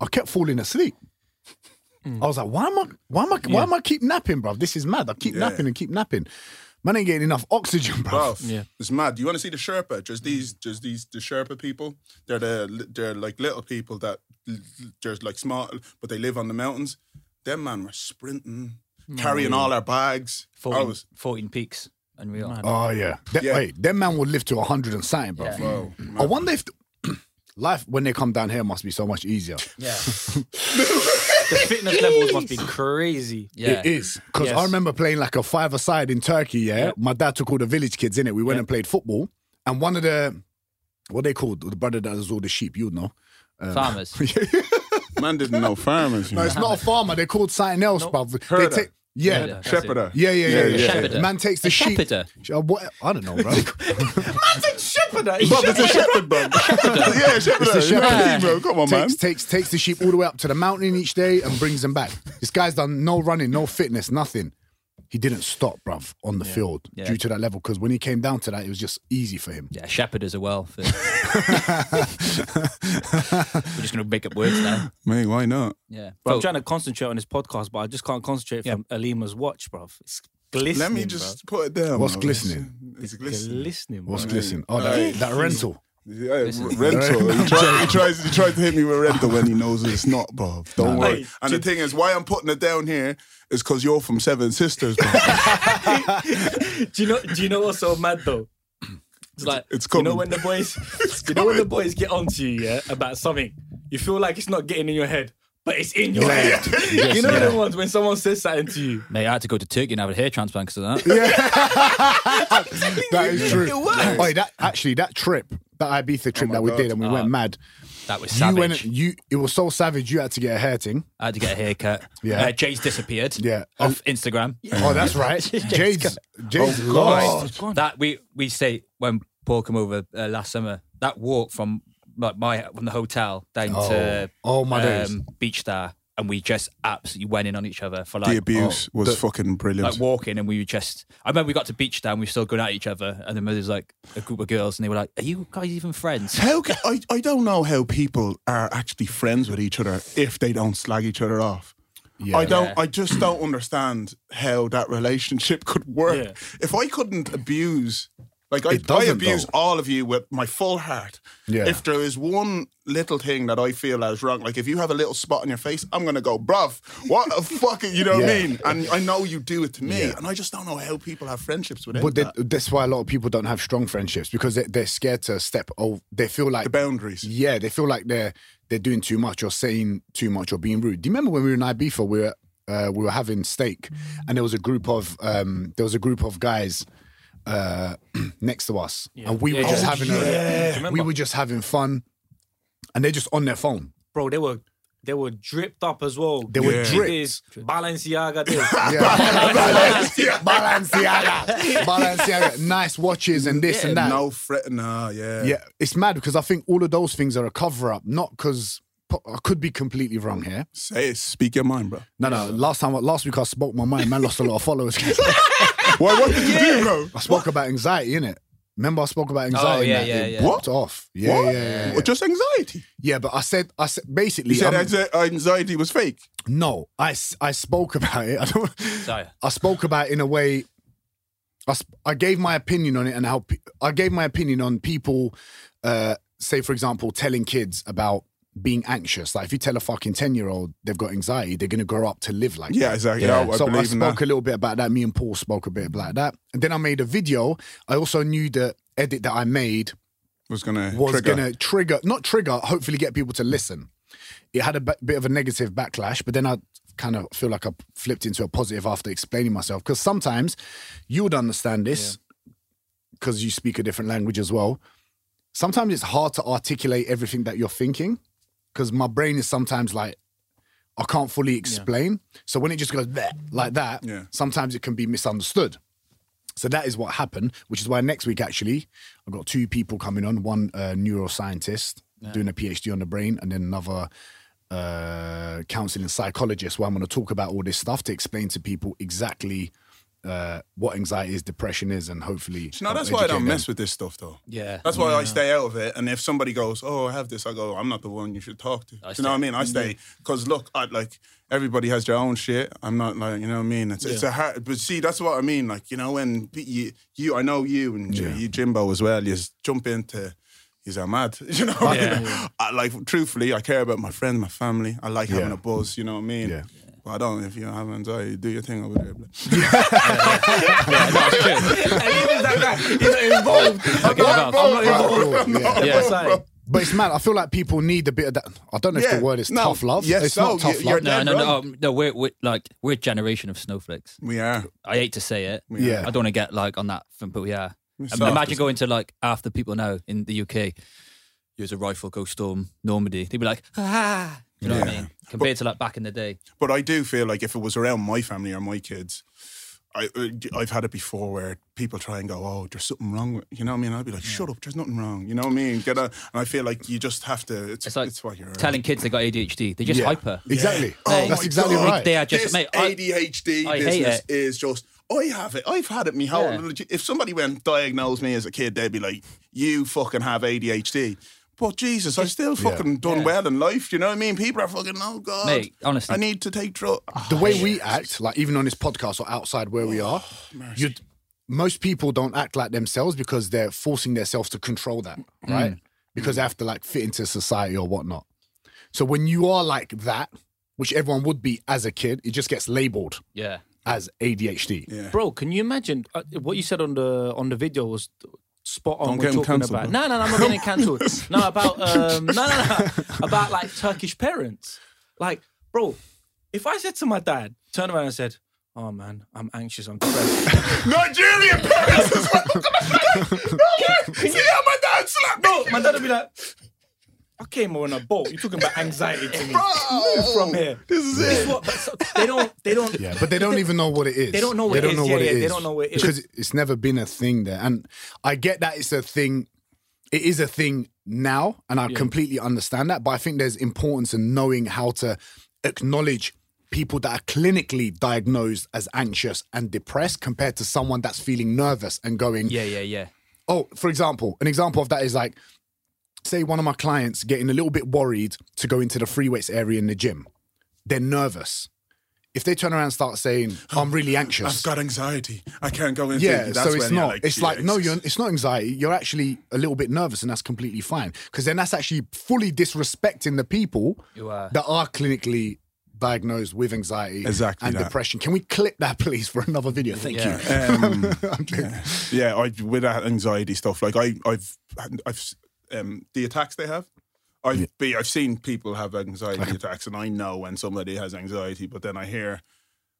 [SPEAKER 3] I kept falling asleep. I was like, why am I? Why am I? Why am I keep napping, bruv? This is mad. I keep
[SPEAKER 5] Yeah.
[SPEAKER 3] napping and keep napping. Man ain't getting enough oxygen, bruv.
[SPEAKER 5] Bro,
[SPEAKER 6] Yeah.
[SPEAKER 5] it's mad. You want to see the Sherpa? Just these, just these, the Sherpa people. They're the, they're like little people that there's like small, but they live on the mountains. Them man were sprinting, carrying all our bags. I
[SPEAKER 7] 14,
[SPEAKER 5] was,
[SPEAKER 7] 14 peaks. Unreal.
[SPEAKER 3] Oh yeah. That,
[SPEAKER 5] Yeah.
[SPEAKER 3] Wait, them man will live to hundred and something, bro.
[SPEAKER 7] Yeah.
[SPEAKER 5] bro,
[SPEAKER 3] I wonder if life when they come down here must be so much easier.
[SPEAKER 7] Yeah.
[SPEAKER 6] The fitness levels must be crazy.
[SPEAKER 7] Yeah.
[SPEAKER 3] It is because I
[SPEAKER 6] Yes.
[SPEAKER 3] remember playing like a five-a-side in Turkey. Yeah, my dad took all the village kids in it. We went and played football, and one of the what they called the brother that does all the sheep, you know.
[SPEAKER 5] Um,
[SPEAKER 7] Farmers.
[SPEAKER 5] man didn't know farmers. you
[SPEAKER 3] No,
[SPEAKER 5] know.
[SPEAKER 3] it's not a farmer. They called something else, bruv.
[SPEAKER 5] Herder.
[SPEAKER 3] They take, yeah.
[SPEAKER 7] Yeah.
[SPEAKER 3] yeah.
[SPEAKER 7] That's it.
[SPEAKER 5] Shepherder.
[SPEAKER 3] Yeah, yeah, yeah,
[SPEAKER 5] yeah,
[SPEAKER 7] yeah, yeah.
[SPEAKER 3] Man takes the
[SPEAKER 7] A
[SPEAKER 3] sheep.
[SPEAKER 7] shepherder?
[SPEAKER 3] Uh, what- I don't know, bro.
[SPEAKER 5] Bro, it's a shepherd, bro. yeah, shepherd.
[SPEAKER 3] It's a shepherd.
[SPEAKER 5] bro. Come on, man.
[SPEAKER 3] takes, takes takes the sheep all the way up to the mountain each day and brings them back. This guy's done no running, no fitness, nothing. He didn't stop, bruv, on the field
[SPEAKER 7] Yeah.
[SPEAKER 3] due to that level because when he came down to that, it was just easy for him.
[SPEAKER 7] Yeah, shepherd as well. We're just going to make up words now.
[SPEAKER 5] Mate, why not?
[SPEAKER 7] Yeah.
[SPEAKER 6] Bro,
[SPEAKER 7] Vote.
[SPEAKER 6] I'm trying to concentrate on this podcast, but I just can't concentrate from Alima's watch, bro. It's glistening.
[SPEAKER 5] Let me just put it down.
[SPEAKER 3] What's
[SPEAKER 5] bro.
[SPEAKER 3] glistening?
[SPEAKER 5] It's
[SPEAKER 6] Bro.
[SPEAKER 5] glistening.
[SPEAKER 6] Glistening, bro.
[SPEAKER 3] What's glistening? Oh, that, that rental.
[SPEAKER 5] Yeah,
[SPEAKER 7] Listen.
[SPEAKER 5] r- rental. he, tried, he tries. He tried to hit me with rental when he knows it's not, bro. Don't worry.
[SPEAKER 6] Hey,
[SPEAKER 5] and the thing is, why I'm putting it down here is because you're from Seven Sisters, bro.
[SPEAKER 6] do you know? Do you know what's so mad though? It's like
[SPEAKER 5] it's
[SPEAKER 6] you know
[SPEAKER 5] coming.
[SPEAKER 6] when the boys, you know when the boys get onto you yeah, about something, you feel like it's not getting in your head, but it's in your head. you know the ones when someone says something to you.
[SPEAKER 7] Mate, I had to go to Turkey and have a hair transplant because of that.
[SPEAKER 3] That is true.
[SPEAKER 6] It works.
[SPEAKER 3] Oi, that actually that trip, that Ibiza trip that we did, and we went mad.
[SPEAKER 7] That was
[SPEAKER 3] You
[SPEAKER 7] savage.
[SPEAKER 3] went, you it was so savage. You had to get a hair ting.
[SPEAKER 7] I had to get a haircut.
[SPEAKER 3] Yeah.
[SPEAKER 7] Uh, Jay's disappeared.
[SPEAKER 3] Yeah.
[SPEAKER 7] Off Instagram.
[SPEAKER 3] Oh, that's right. Jade's Jade's
[SPEAKER 5] Oh,
[SPEAKER 3] lost.
[SPEAKER 7] That we we say when Paul came over uh, last summer. That walk from like my from the hotel down to um,
[SPEAKER 3] Oh, my days.
[SPEAKER 7] Beach Star, and we just absolutely went in on each other for like oh,
[SPEAKER 5] the abuse was fucking brilliant.
[SPEAKER 7] like walking and we were just I remember we got to beach down, we were still going at each other and then there was like a group of girls and they were like, Are you guys even friends?
[SPEAKER 5] How ca I, I don't know how people are actually friends with each other if they don't slag each other off. I don't. I just don't understand how that relationship could work.
[SPEAKER 6] Yeah.
[SPEAKER 5] If I couldn't abuse, like I,
[SPEAKER 3] It
[SPEAKER 5] I
[SPEAKER 3] doesn't,
[SPEAKER 5] abuse
[SPEAKER 3] though.
[SPEAKER 5] all of you with my full heart.
[SPEAKER 3] Yeah.
[SPEAKER 5] If there is one little thing that I feel that is wrong, like if you have a little spot on your face, I'm gonna go, bruv, what a fucking, you know what I
[SPEAKER 3] Yeah.
[SPEAKER 5] mean? And I know you do it to me, and I just don't know how people have friendships with it.
[SPEAKER 3] But they, that's why a lot of people don't have strong friendships because they, they're scared to step over. They feel like
[SPEAKER 5] the boundaries.
[SPEAKER 3] Yeah, they feel like they're they're doing too much or saying too much or being rude. Do you remember when we were in Ibiza? We were uh, we were having steak, and there was a group of um, there was a group of guys uh, next to us, and we were just
[SPEAKER 6] Oh,
[SPEAKER 3] having a, we were just having fun, and they're just on their phone.
[SPEAKER 6] bro, they were they were dripped up as well. They
[SPEAKER 3] were dripped.
[SPEAKER 6] This Balenciaga, this.
[SPEAKER 3] Balenciaga, Balenciaga, Balenciaga, nice watches and this and that.
[SPEAKER 5] No fret. Nah, yeah.
[SPEAKER 3] Yeah, it's mad because I think all of those things are a cover up, not because I could be completely wrong here.
[SPEAKER 5] Say it. Speak your mind, bro.
[SPEAKER 3] No, no. Last time, last week I spoke my mind. Man, lost a lot of followers.
[SPEAKER 5] Why? What did you do, bro? Oh,
[SPEAKER 3] I spoke about anxiety, innit? Remember, I spoke about anxiety.
[SPEAKER 7] yeah,
[SPEAKER 3] and that?
[SPEAKER 7] yeah,
[SPEAKER 3] It
[SPEAKER 7] yeah.
[SPEAKER 3] popped off. Yeah,
[SPEAKER 5] What?
[SPEAKER 3] yeah, yeah, yeah.
[SPEAKER 5] Just anxiety.
[SPEAKER 3] Yeah, but I said, I said, basically,
[SPEAKER 5] You said
[SPEAKER 3] I'm-
[SPEAKER 5] anxi- anxiety was fake.
[SPEAKER 3] no. I, s- I spoke about it. I don't.
[SPEAKER 7] Sorry.
[SPEAKER 3] I spoke about it in a way. I, sp- I gave my opinion on it and how pe- I gave my opinion on people, uh, say for example, telling kids about being anxious. Like if you tell a fucking ten year old they've got anxiety, they're gonna grow up to live like
[SPEAKER 5] Yeah,
[SPEAKER 3] that.
[SPEAKER 5] exactly. I, I
[SPEAKER 3] so I
[SPEAKER 5] believe in
[SPEAKER 3] spoke a
[SPEAKER 5] that.
[SPEAKER 3] little bit about that. Me and Paul spoke a bit about that. And then I made a video. I also knew the edit that I made
[SPEAKER 5] Was gonna
[SPEAKER 3] was
[SPEAKER 5] trigger.
[SPEAKER 3] going to trigger, not trigger, hopefully get people to listen. It had a b- bit of a negative backlash, but then I kind of feel like I flipped into a positive after explaining myself. Because sometimes you would understand this because you speak a different language as well. Sometimes it's hard to articulate everything that you're thinking because my brain is sometimes like, I can't fully explain. So when it just goes "Bleh," like that,
[SPEAKER 5] Yeah.
[SPEAKER 3] sometimes it can be misunderstood. So that is what happened, which is why next week actually I've got two people coming on, one uh, neuroscientist doing a PhD on the brain, and then another uh, counseling psychologist. Where I'm going to talk about all this stuff to explain to people exactly uh, what anxiety is, depression is, and hopefully.
[SPEAKER 5] No, that's why I don't mess with this stuff, though.
[SPEAKER 7] Yeah.
[SPEAKER 5] That's why I stay out of it. And if somebody goes, "Oh, I have this," I go, "I'm not the one you should talk to." Do you know what I mean?
[SPEAKER 3] Mm-hmm.
[SPEAKER 5] I stay because look, I like everybody has their own shit. I'm not like you know what I mean. It's, it's a hard, but see, that's what I mean. Like you know when pe- you, you I know you and J- you Jimbo as well. You just jump into. He's a mad, you know. I, like truthfully, I care about my friends, my family. I like having
[SPEAKER 3] Yeah.
[SPEAKER 5] a buzz, you know what I mean.
[SPEAKER 3] Yeah.
[SPEAKER 5] But I don't. If you have anxiety, do your thing over there. bro.
[SPEAKER 6] and he was that guy. He's not involved. I'm
[SPEAKER 7] Get
[SPEAKER 6] not,
[SPEAKER 7] involved.
[SPEAKER 6] I'm not involved.
[SPEAKER 3] Oh, yeah.
[SPEAKER 7] Yeah.
[SPEAKER 6] It's like,
[SPEAKER 3] But it's mad. I feel like people need a bit of that. I don't know if
[SPEAKER 5] Yeah,
[SPEAKER 3] the word is
[SPEAKER 5] no,
[SPEAKER 3] tough love.
[SPEAKER 5] yes,
[SPEAKER 3] it's
[SPEAKER 5] no,
[SPEAKER 3] not tough
[SPEAKER 5] you- you're
[SPEAKER 3] love.
[SPEAKER 7] No, no, no,
[SPEAKER 5] right.
[SPEAKER 7] um, no. We're, we're like we're a generation of snowflakes.
[SPEAKER 5] We are.
[SPEAKER 7] I hate to say it.
[SPEAKER 3] Yeah.
[SPEAKER 7] I don't want to get like on that from, but yeah. I mean,
[SPEAKER 5] soft
[SPEAKER 7] imagine
[SPEAKER 5] as-
[SPEAKER 7] going to like half the people now in the UK. Use a rifle, go storm Normandy. They'd be like, ah, you know what I mean? Compared to like back in the day.
[SPEAKER 5] But I do feel like if it was around my family or my kids, I, uh, I've had it before where people try and go, oh, there's something wrong. with-" You know what I mean? I'd be like, shut up, there's nothing wrong. You know what I mean? Get out. And I feel like you just have to, it's, it's,
[SPEAKER 7] It's like
[SPEAKER 5] what you're uh,
[SPEAKER 7] telling kids they got ADHD. They're just
[SPEAKER 3] Yeah.
[SPEAKER 7] hyper.
[SPEAKER 3] Exactly.
[SPEAKER 7] Mate,
[SPEAKER 3] that's exactly
[SPEAKER 5] God.
[SPEAKER 3] right.
[SPEAKER 7] They are just,
[SPEAKER 5] This
[SPEAKER 7] mate, I-
[SPEAKER 5] ADHD
[SPEAKER 7] I hate
[SPEAKER 5] business
[SPEAKER 7] it.
[SPEAKER 5] is just, I have it. I've had it me whole.
[SPEAKER 7] Yeah.
[SPEAKER 5] If somebody went and diagnosed me as a kid, they'd be like, you fucking have ADHD. But Jesus, I still fucking done well in life. You know what I mean? People are fucking, oh God.
[SPEAKER 7] Mate, honestly.
[SPEAKER 5] I need to take drugs.
[SPEAKER 3] the way we act, like even on this podcast or outside where we are, you
[SPEAKER 5] Mm.
[SPEAKER 3] most people don't act like themselves because they're forcing themselves to control that, right? because they have to like fit into society or whatnot. So when you are like that, which everyone would be as a kid, it just gets labeled
[SPEAKER 7] Yeah.
[SPEAKER 3] as ADHD.
[SPEAKER 5] Yeah.
[SPEAKER 6] Bro, can you imagine uh, what you said on the on the video was spot on.
[SPEAKER 5] Don't
[SPEAKER 6] we're
[SPEAKER 5] get him
[SPEAKER 6] talking
[SPEAKER 5] cancelled,
[SPEAKER 6] about
[SPEAKER 5] bro.
[SPEAKER 6] no, no, no, I'm not getting cancelled. no, about um, no, no, no, about like Turkish parents. Like, bro, if I said to my dad, turn around and said, "Oh man, I'm anxious, I'm depressed,"
[SPEAKER 5] Nigerian parents as well. no way. See how my dad slapped me.
[SPEAKER 6] bro, my dad would be like. I came on a boat. You're talking about anxiety to me. Move
[SPEAKER 3] Oh.
[SPEAKER 6] from here. This is it. What, but so- they don't. They don't.
[SPEAKER 3] Yeah, but they don't even know what it is.
[SPEAKER 6] They don't know what it is. Yeah, yeah, they don't know what it is.
[SPEAKER 3] because it's never been a thing there. And I get that it's a thing. It is a thing now, and I completely understand that. But I think there's importance in knowing how to acknowledge people that are clinically diagnosed as anxious and depressed compared to someone that's feeling nervous and going,
[SPEAKER 7] Yeah, yeah, yeah.
[SPEAKER 3] Oh, for example, an example of that is like, say one of my clients getting a little bit worried to go into the free weights area in the gym. They're nervous. If they turn around and start saying, "I'm really
[SPEAKER 5] I've
[SPEAKER 3] anxious,"
[SPEAKER 5] got anxiety. I can't go in.
[SPEAKER 3] yeah,
[SPEAKER 5] thinking. That's
[SPEAKER 3] so it's
[SPEAKER 5] when you're
[SPEAKER 3] not. it's like no,
[SPEAKER 5] Jesus.
[SPEAKER 3] you're. It's not anxiety. You're actually a little bit nervous, and that's completely fine. Because then that's actually fully disrespecting the people
[SPEAKER 7] You are.
[SPEAKER 3] that are clinically diagnosed with anxiety
[SPEAKER 5] Exactly
[SPEAKER 3] and
[SPEAKER 5] that.
[SPEAKER 3] depression. Can we clip that, please, for another video? Thank
[SPEAKER 7] Yeah.
[SPEAKER 3] you.
[SPEAKER 5] Um,
[SPEAKER 3] I'm joking.
[SPEAKER 5] yeah, I with that anxiety stuff. Like I, I've, I've um, the attacks they have. I've be, I've seen people have anxiety attacks, and I know when somebody has anxiety. But then I hear,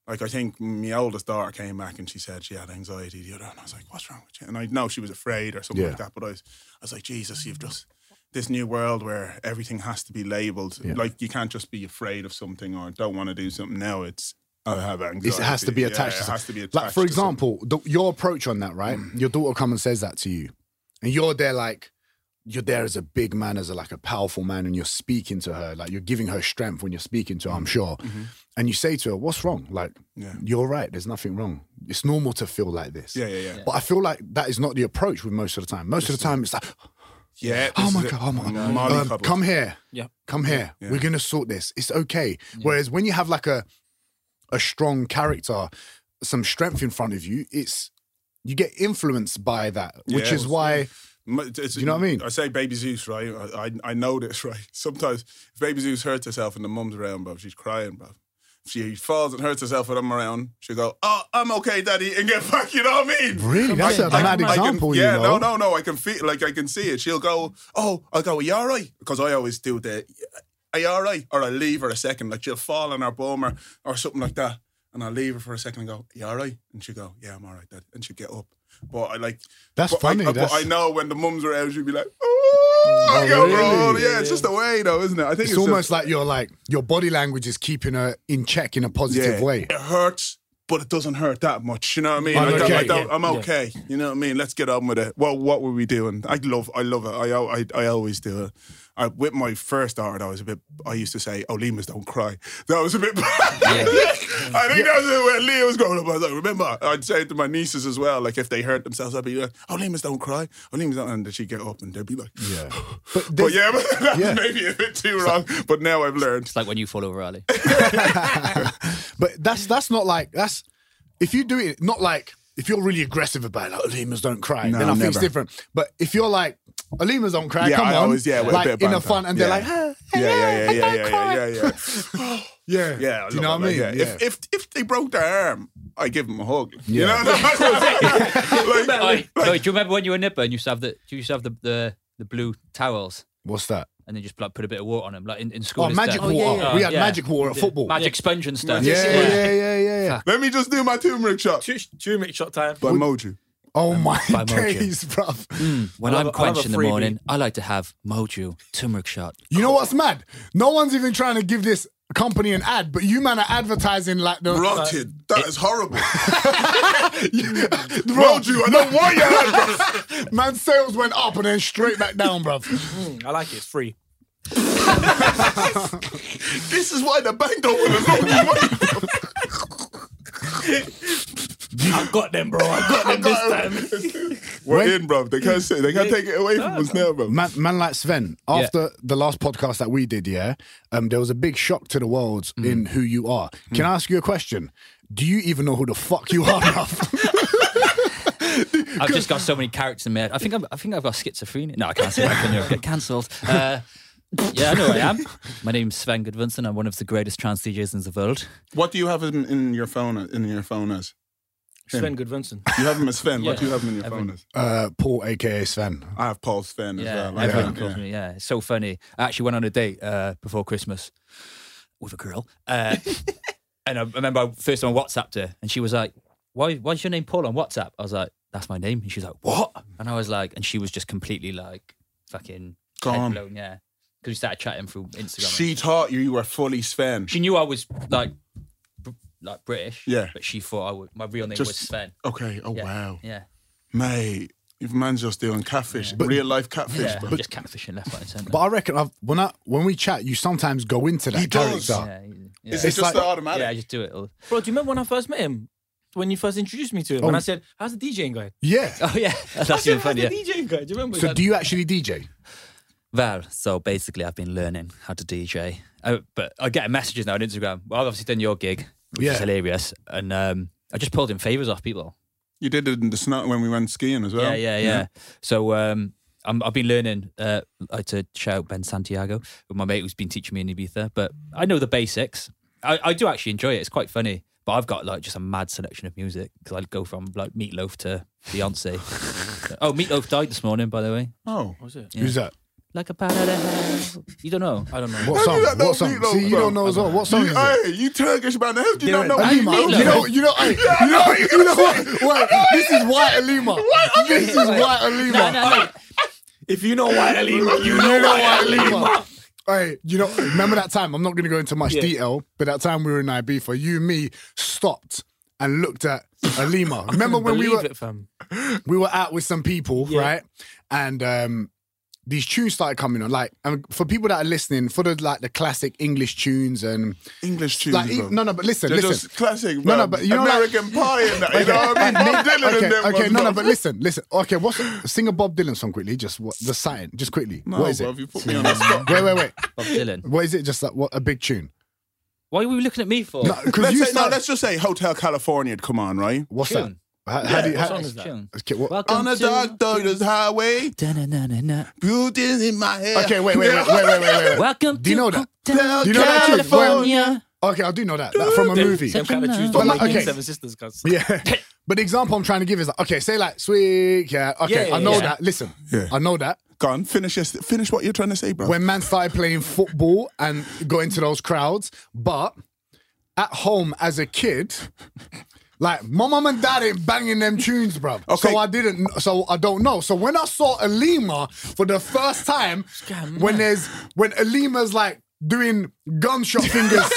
[SPEAKER 5] like I think my oldest daughter came back and she said she had anxiety the other, and I was like, "What's wrong with you?" And I know she was afraid or something
[SPEAKER 3] Yeah.
[SPEAKER 5] like that. But I was, I was like, "Jesus, you've just." This new world where everything has to be labeled, like you can't just be afraid of something or don't want to do something. Now it's I have anxiety.
[SPEAKER 3] It's- It has to be
[SPEAKER 5] Yeah,
[SPEAKER 3] attached.
[SPEAKER 5] it
[SPEAKER 3] to
[SPEAKER 5] has to be
[SPEAKER 3] something.
[SPEAKER 5] attached.
[SPEAKER 3] Like for
[SPEAKER 5] to something. Mm.
[SPEAKER 3] example, the, your approach on that, right? Your daughter come and says that to you, and you're there like you're there as a big man, as a, like a powerful man, and you're speaking to her, like you're giving her strength when you're speaking to her. I'm sure, and you say to her, "What's wrong? Like
[SPEAKER 5] Mm. Mm-hmm. Yeah.
[SPEAKER 3] you're right. There's nothing wrong. It's normal to feel like this."
[SPEAKER 5] Yeah, yeah, yeah.
[SPEAKER 3] But I feel like that is not the approach with most of the time. Most of the time, it's like,
[SPEAKER 5] Yeah.
[SPEAKER 3] "Oh
[SPEAKER 5] this
[SPEAKER 3] my
[SPEAKER 5] is it.
[SPEAKER 3] god, oh my
[SPEAKER 5] No,
[SPEAKER 3] god,
[SPEAKER 5] Molly
[SPEAKER 3] um,
[SPEAKER 5] couple.
[SPEAKER 3] come here."
[SPEAKER 6] Yeah.
[SPEAKER 3] come here.
[SPEAKER 5] Yeah.
[SPEAKER 3] We're gonna sort this. It's okay. Whereas when you have like a a strong character, some strength in front of you, it's you get influenced by that, which
[SPEAKER 5] Yeah.
[SPEAKER 3] is why
[SPEAKER 5] M- it's-
[SPEAKER 3] You know what I mean?
[SPEAKER 5] I say baby Zeus, right? I, I, I know this, right? Sometimes if baby Zeus hurts herself and the mum's around, bruv, she's crying, bruv. If She falls and hurts herself and I'm around. She'll go, "Oh, I'm okay, daddy," and get back. You know what I mean?
[SPEAKER 3] Really? That's
[SPEAKER 5] I-
[SPEAKER 3] a
[SPEAKER 5] I-
[SPEAKER 3] mad
[SPEAKER 5] I can-
[SPEAKER 3] example, you
[SPEAKER 5] Yeah,
[SPEAKER 3] know?
[SPEAKER 5] no, no, no. I can feel like I can see it. She'll go, "Oh," I'll go, "Are you all right?" Because I always do the, "Are you all right?" Or I leave her a second, like she'll fall on her bum or, or something like that, and I leave her for a second and go, "You all right?" And she'll go, "Yeah, I'm all right, dad," and she'll get up. But I like
[SPEAKER 3] That's
[SPEAKER 5] but
[SPEAKER 3] funny,
[SPEAKER 5] I,
[SPEAKER 3] that's-
[SPEAKER 5] But I know when the mums are out, she'd be like, "Oh, I go, bro."
[SPEAKER 3] really?
[SPEAKER 5] Yeah, it's just the way, though, isn't it? I think
[SPEAKER 3] it's,
[SPEAKER 5] it's,
[SPEAKER 3] almost
[SPEAKER 5] just-
[SPEAKER 3] like you're like your body language is keeping her in check in a positive
[SPEAKER 5] yeah,
[SPEAKER 3] way.
[SPEAKER 5] It hurts. But it doesn't hurt that much, you know what I mean?
[SPEAKER 3] I'm
[SPEAKER 5] I don't- I
[SPEAKER 3] okay.
[SPEAKER 5] don't- I'm
[SPEAKER 6] Yeah.
[SPEAKER 5] okay, you know what I mean? Let's get on with it. Well, what were we doing? I love, I love it. I, al- I, I always do it. I, with my first art, I was a bit. I used to say, "Oh, lemurs don't cry." That was a bit. I think that was where Leo was growing up. I was like, remember, I'd say it to my nieces as well. Like if they hurt themselves, I'd be like, "Oh, lemurs don't cry." Oh, lemurs don't. And she'd get up and they'd be like,
[SPEAKER 3] Yeah.
[SPEAKER 5] But,
[SPEAKER 3] this-
[SPEAKER 5] yeah, but that's
[SPEAKER 3] yeah.
[SPEAKER 5] maybe a bit too wrong. But now I've learned.
[SPEAKER 7] It's like when you fall over, Ali.
[SPEAKER 3] But that's that's not like that's if you do it not like if you're really aggressive about it, like lemurs don't cry,
[SPEAKER 5] No,
[SPEAKER 3] then I think it's
[SPEAKER 5] never.
[SPEAKER 3] different. But if you're like lemurs don't cry,
[SPEAKER 5] Yeah,
[SPEAKER 3] come
[SPEAKER 5] I
[SPEAKER 3] on,
[SPEAKER 5] always- yeah, with a
[SPEAKER 3] like
[SPEAKER 5] bit of
[SPEAKER 3] in a
[SPEAKER 5] banter.
[SPEAKER 3] fun, and they're
[SPEAKER 5] Yeah.
[SPEAKER 3] like, ah,
[SPEAKER 5] Yeah, yeah, yeah, yeah, yeah,
[SPEAKER 3] cry.
[SPEAKER 5] yeah, yeah, yeah.
[SPEAKER 3] yeah,
[SPEAKER 5] Yeah, I
[SPEAKER 3] do you know
[SPEAKER 5] love
[SPEAKER 3] what I mean?
[SPEAKER 5] it, like, Yeah. If, if if they broke their arm, I give them a hug. You
[SPEAKER 3] Yeah.
[SPEAKER 5] know, that's what I'm saying.
[SPEAKER 7] Oi,
[SPEAKER 5] Like,
[SPEAKER 7] oi, do you remember when you were a nipper and you used to have the, you used to have the, the, the blue towels
[SPEAKER 3] What's that?
[SPEAKER 7] and then just like put a bit of water on them, like in, in school?
[SPEAKER 3] Oh,
[SPEAKER 7] and
[SPEAKER 3] magic
[SPEAKER 7] stuff.
[SPEAKER 3] water.
[SPEAKER 7] yeah.
[SPEAKER 3] We had
[SPEAKER 7] Yeah.
[SPEAKER 3] magic water at football.
[SPEAKER 7] Magic sponge and stuff.
[SPEAKER 3] Yeah, yeah, yeah, yeah, yeah. yeah.
[SPEAKER 5] let me just do my turmeric shot.
[SPEAKER 6] Two, two minute shot time.
[SPEAKER 5] By Moju.
[SPEAKER 3] Oh my
[SPEAKER 7] By Mm. Mojo.
[SPEAKER 3] days, bruv.
[SPEAKER 7] When
[SPEAKER 6] I'll
[SPEAKER 7] I'm
[SPEAKER 6] have a- I'll have
[SPEAKER 7] quenched
[SPEAKER 6] a
[SPEAKER 7] in the
[SPEAKER 6] freebie.
[SPEAKER 7] morning, I like to have Mojo turmeric shot.
[SPEAKER 3] You know what's mad? No one's even trying to give this company an ad, but you man are advertising like the
[SPEAKER 5] Rotted. That is horrible.
[SPEAKER 3] Bro,
[SPEAKER 5] Moju, I don't want your hand, bro.
[SPEAKER 3] Man's sales went up and then straight back down, bruv.
[SPEAKER 6] I like it. It's free.
[SPEAKER 5] This is why the bank don't want to loan you money.
[SPEAKER 6] I got them, bro. I got them this time.
[SPEAKER 5] We're
[SPEAKER 3] Wait.
[SPEAKER 5] in, bro. They can't say, they can't take it away from us now, bro.
[SPEAKER 3] Man, man like Sven, after the last podcast that we did, yeah, um, there was a big shock to the world in who you are. Can I ask you a question? Do you even know who the fuck you are, bruv?
[SPEAKER 7] I've just got so many characters in my head. I think I'm, I think I've got schizophrenia. No, I can't say that. then I'll Get cancelled. Uh, yeah, I know who I am. My name's Sven Goodvinson. I'm one of the greatest trans DJs in the world.
[SPEAKER 5] What do you have in, in your phone? In your phone as
[SPEAKER 6] Sven Goodvinson.
[SPEAKER 5] you have him as Sven. What
[SPEAKER 7] Yeah.
[SPEAKER 5] do you have him in your
[SPEAKER 7] Everyone.
[SPEAKER 5] phone as?
[SPEAKER 3] Uh, Paul, aka Sven.
[SPEAKER 5] I have Paul Sven as
[SPEAKER 7] Yeah,
[SPEAKER 5] well. I
[SPEAKER 7] Uh, everyone
[SPEAKER 5] think,
[SPEAKER 7] calls
[SPEAKER 5] yeah.
[SPEAKER 7] me. Yeah, it's so funny. I actually went on a date uh, before Christmas with a girl, uh, and I remember I first time I WhatsApped her, and she was like, "Why? Why's your name Paul on WhatsApp?" I was like, "That's my name," and she's like, "What?" And I was like, and she was just completely like fucking head
[SPEAKER 5] Gone.
[SPEAKER 7] blown, yeah, because we started chatting through Instagram.
[SPEAKER 5] She thought you were fully Sven.
[SPEAKER 7] she knew I was like. br- Like British,
[SPEAKER 5] Yeah.
[SPEAKER 7] but she thought I would. My real name
[SPEAKER 5] Just-
[SPEAKER 7] was Sven.
[SPEAKER 5] Okay. Oh
[SPEAKER 7] Yeah.
[SPEAKER 5] wow,
[SPEAKER 7] Yeah,
[SPEAKER 5] mate. If man's just doing catfish, real life catfish.
[SPEAKER 7] yeah.
[SPEAKER 5] bro.
[SPEAKER 7] just catfishing left, right, and centre.
[SPEAKER 3] But I reckon I've, when I when we chat, you sometimes go into that
[SPEAKER 5] He does.
[SPEAKER 3] character.
[SPEAKER 7] yeah, yeah.
[SPEAKER 5] Is it
[SPEAKER 3] It's
[SPEAKER 5] just
[SPEAKER 3] like-
[SPEAKER 5] the automatic?
[SPEAKER 7] yeah, I just do it. all.
[SPEAKER 6] Bro, do you remember when I first met him? When you first introduced me to him,
[SPEAKER 3] Oh.
[SPEAKER 6] and I said, "How's the DJing going?"
[SPEAKER 3] Yeah.
[SPEAKER 7] Oh yeah,
[SPEAKER 6] I
[SPEAKER 7] that's
[SPEAKER 6] said,
[SPEAKER 7] even
[SPEAKER 6] "How's
[SPEAKER 7] funny.
[SPEAKER 6] the
[SPEAKER 7] yeah.
[SPEAKER 6] DJing going?" Do you remember?
[SPEAKER 3] So do you actually DJ?
[SPEAKER 7] Well, so basically, I've been learning how to DJ, Uh but I get messages now on Instagram. Well, I've obviously done your gig, which
[SPEAKER 3] Yeah.
[SPEAKER 7] is hilarious, and um, I just pulled in favors off people.
[SPEAKER 5] You did it in the snow when we went skiing as well.
[SPEAKER 7] yeah, yeah, yeah, So um, I'm, I've been learning. Uh, like to shout out Ben Santiago, with my mate who's been teaching me in Ibiza. But I know the basics. I, I do actually enjoy it. It's quite funny. But I've got like just a mad selection of music because I go from like Meatloaf to Beyonce. oh, Meatloaf died this morning, by the way.
[SPEAKER 5] Oh,
[SPEAKER 6] What was it?
[SPEAKER 3] Who's that?
[SPEAKER 7] Like a part of the house. You don't know.
[SPEAKER 6] I don't know.
[SPEAKER 3] What song?
[SPEAKER 5] you not know
[SPEAKER 3] What song?
[SPEAKER 5] Meatloaf,
[SPEAKER 3] See, you
[SPEAKER 5] bro?
[SPEAKER 3] don't know as well. What song is it?
[SPEAKER 5] hey, you Turkish man, how do you not know?
[SPEAKER 3] Alima.
[SPEAKER 5] Meatloaf?
[SPEAKER 3] You know, you know, hey, you know, you know what? Wait, this is White Alima. This is White
[SPEAKER 7] No, no,
[SPEAKER 3] Alima.
[SPEAKER 7] no.
[SPEAKER 6] If you know why I leave, you know.
[SPEAKER 3] You know White Alima. Hey, you know, remember that time? I'm not going to go into much
[SPEAKER 6] Yeah.
[SPEAKER 3] detail, but that time we were in Ibiza, you and me stopped and looked at Alima. Remember when we
[SPEAKER 6] Believe
[SPEAKER 3] were
[SPEAKER 6] it, fam.
[SPEAKER 3] we were out with some people,
[SPEAKER 6] Yeah.
[SPEAKER 3] right? And um these tunes started coming on, like, and for people that are listening, for the like the classic English tunes and
[SPEAKER 5] English tunes,
[SPEAKER 3] like, e-
[SPEAKER 5] bro.
[SPEAKER 3] no, no, but listen,
[SPEAKER 5] They're
[SPEAKER 3] listen,
[SPEAKER 5] just classic,
[SPEAKER 3] No,
[SPEAKER 5] bro.
[SPEAKER 3] no, but you know, like-
[SPEAKER 5] American Pie and that, you know what I mean? Bob
[SPEAKER 3] okay,
[SPEAKER 5] Dylan and them
[SPEAKER 3] okay,
[SPEAKER 5] ones,
[SPEAKER 3] no, no,
[SPEAKER 5] bro.
[SPEAKER 3] but listen, listen. Okay, what's sing a Bob Dylan song quickly? Just what the sign, just quickly.
[SPEAKER 5] No,
[SPEAKER 3] what is
[SPEAKER 5] bro,
[SPEAKER 3] it?
[SPEAKER 5] you put me on the spot.
[SPEAKER 3] Wait, wait, wait.
[SPEAKER 7] Bob Dylan.
[SPEAKER 3] What is it? Just like what a big tune.
[SPEAKER 7] Why were you looking at me for?
[SPEAKER 3] No, because
[SPEAKER 5] Let's
[SPEAKER 3] you
[SPEAKER 5] say, no,
[SPEAKER 3] start.
[SPEAKER 5] let's just say Hotel California would come on, right?
[SPEAKER 3] what's
[SPEAKER 7] Tune.
[SPEAKER 3] that? How, how do you?
[SPEAKER 7] What
[SPEAKER 3] How,
[SPEAKER 7] song is that?
[SPEAKER 3] okay, what-
[SPEAKER 7] Welcome
[SPEAKER 5] On a
[SPEAKER 7] to-
[SPEAKER 5] dark, dangerous highway,
[SPEAKER 7] Da-na-na-na-na.
[SPEAKER 5] buildings in my head.
[SPEAKER 3] okay, wait, wait, wait, wait, wait, wait, wait.
[SPEAKER 7] Welcome
[SPEAKER 3] Uh, Do you
[SPEAKER 7] to
[SPEAKER 3] know that?
[SPEAKER 7] Cooktown,
[SPEAKER 3] Do you know that tune?
[SPEAKER 7] California.
[SPEAKER 3] Okay, I do know that, that from a movie.
[SPEAKER 6] Same kind of tunes.
[SPEAKER 3] But
[SPEAKER 6] But
[SPEAKER 3] like,
[SPEAKER 6] like,
[SPEAKER 3] okay.
[SPEAKER 6] Seven Sisters, cuz.
[SPEAKER 3] Yeah. But the example I'm trying to give is like, okay, say like sweet, yeah, okay,
[SPEAKER 6] Yeah,
[SPEAKER 3] I know
[SPEAKER 6] yeah.
[SPEAKER 3] that. Listen,
[SPEAKER 5] Yeah.
[SPEAKER 3] I know that.
[SPEAKER 5] Go on, finish, this, finish what you're trying to say, bro.
[SPEAKER 3] when man started playing football and got into those crowds. But at home as a kid, like my mum and dad ain't banging them tunes, bruv.
[SPEAKER 5] Okay.
[SPEAKER 3] So I didn't. So I don't know. So when I saw Alima for the first time, when there's when Alima's like doing gunshot fingers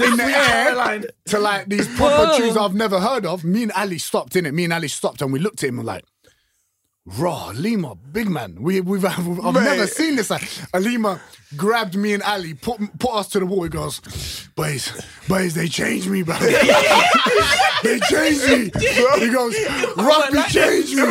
[SPEAKER 3] in the air to like these proper
[SPEAKER 7] Whoa.
[SPEAKER 3] tunes I've never heard of, me and Ali stopped in it. Me and Ali stopped and we looked at him and like. Raw, Lima, big man. We, we've, I've
[SPEAKER 5] Mate.
[SPEAKER 3] never seen this. Like, Alima grabbed me and Ali, put put us to the wall. He goes, boys, boys, they changed me, bro. they changed me. He goes, rugby changed me.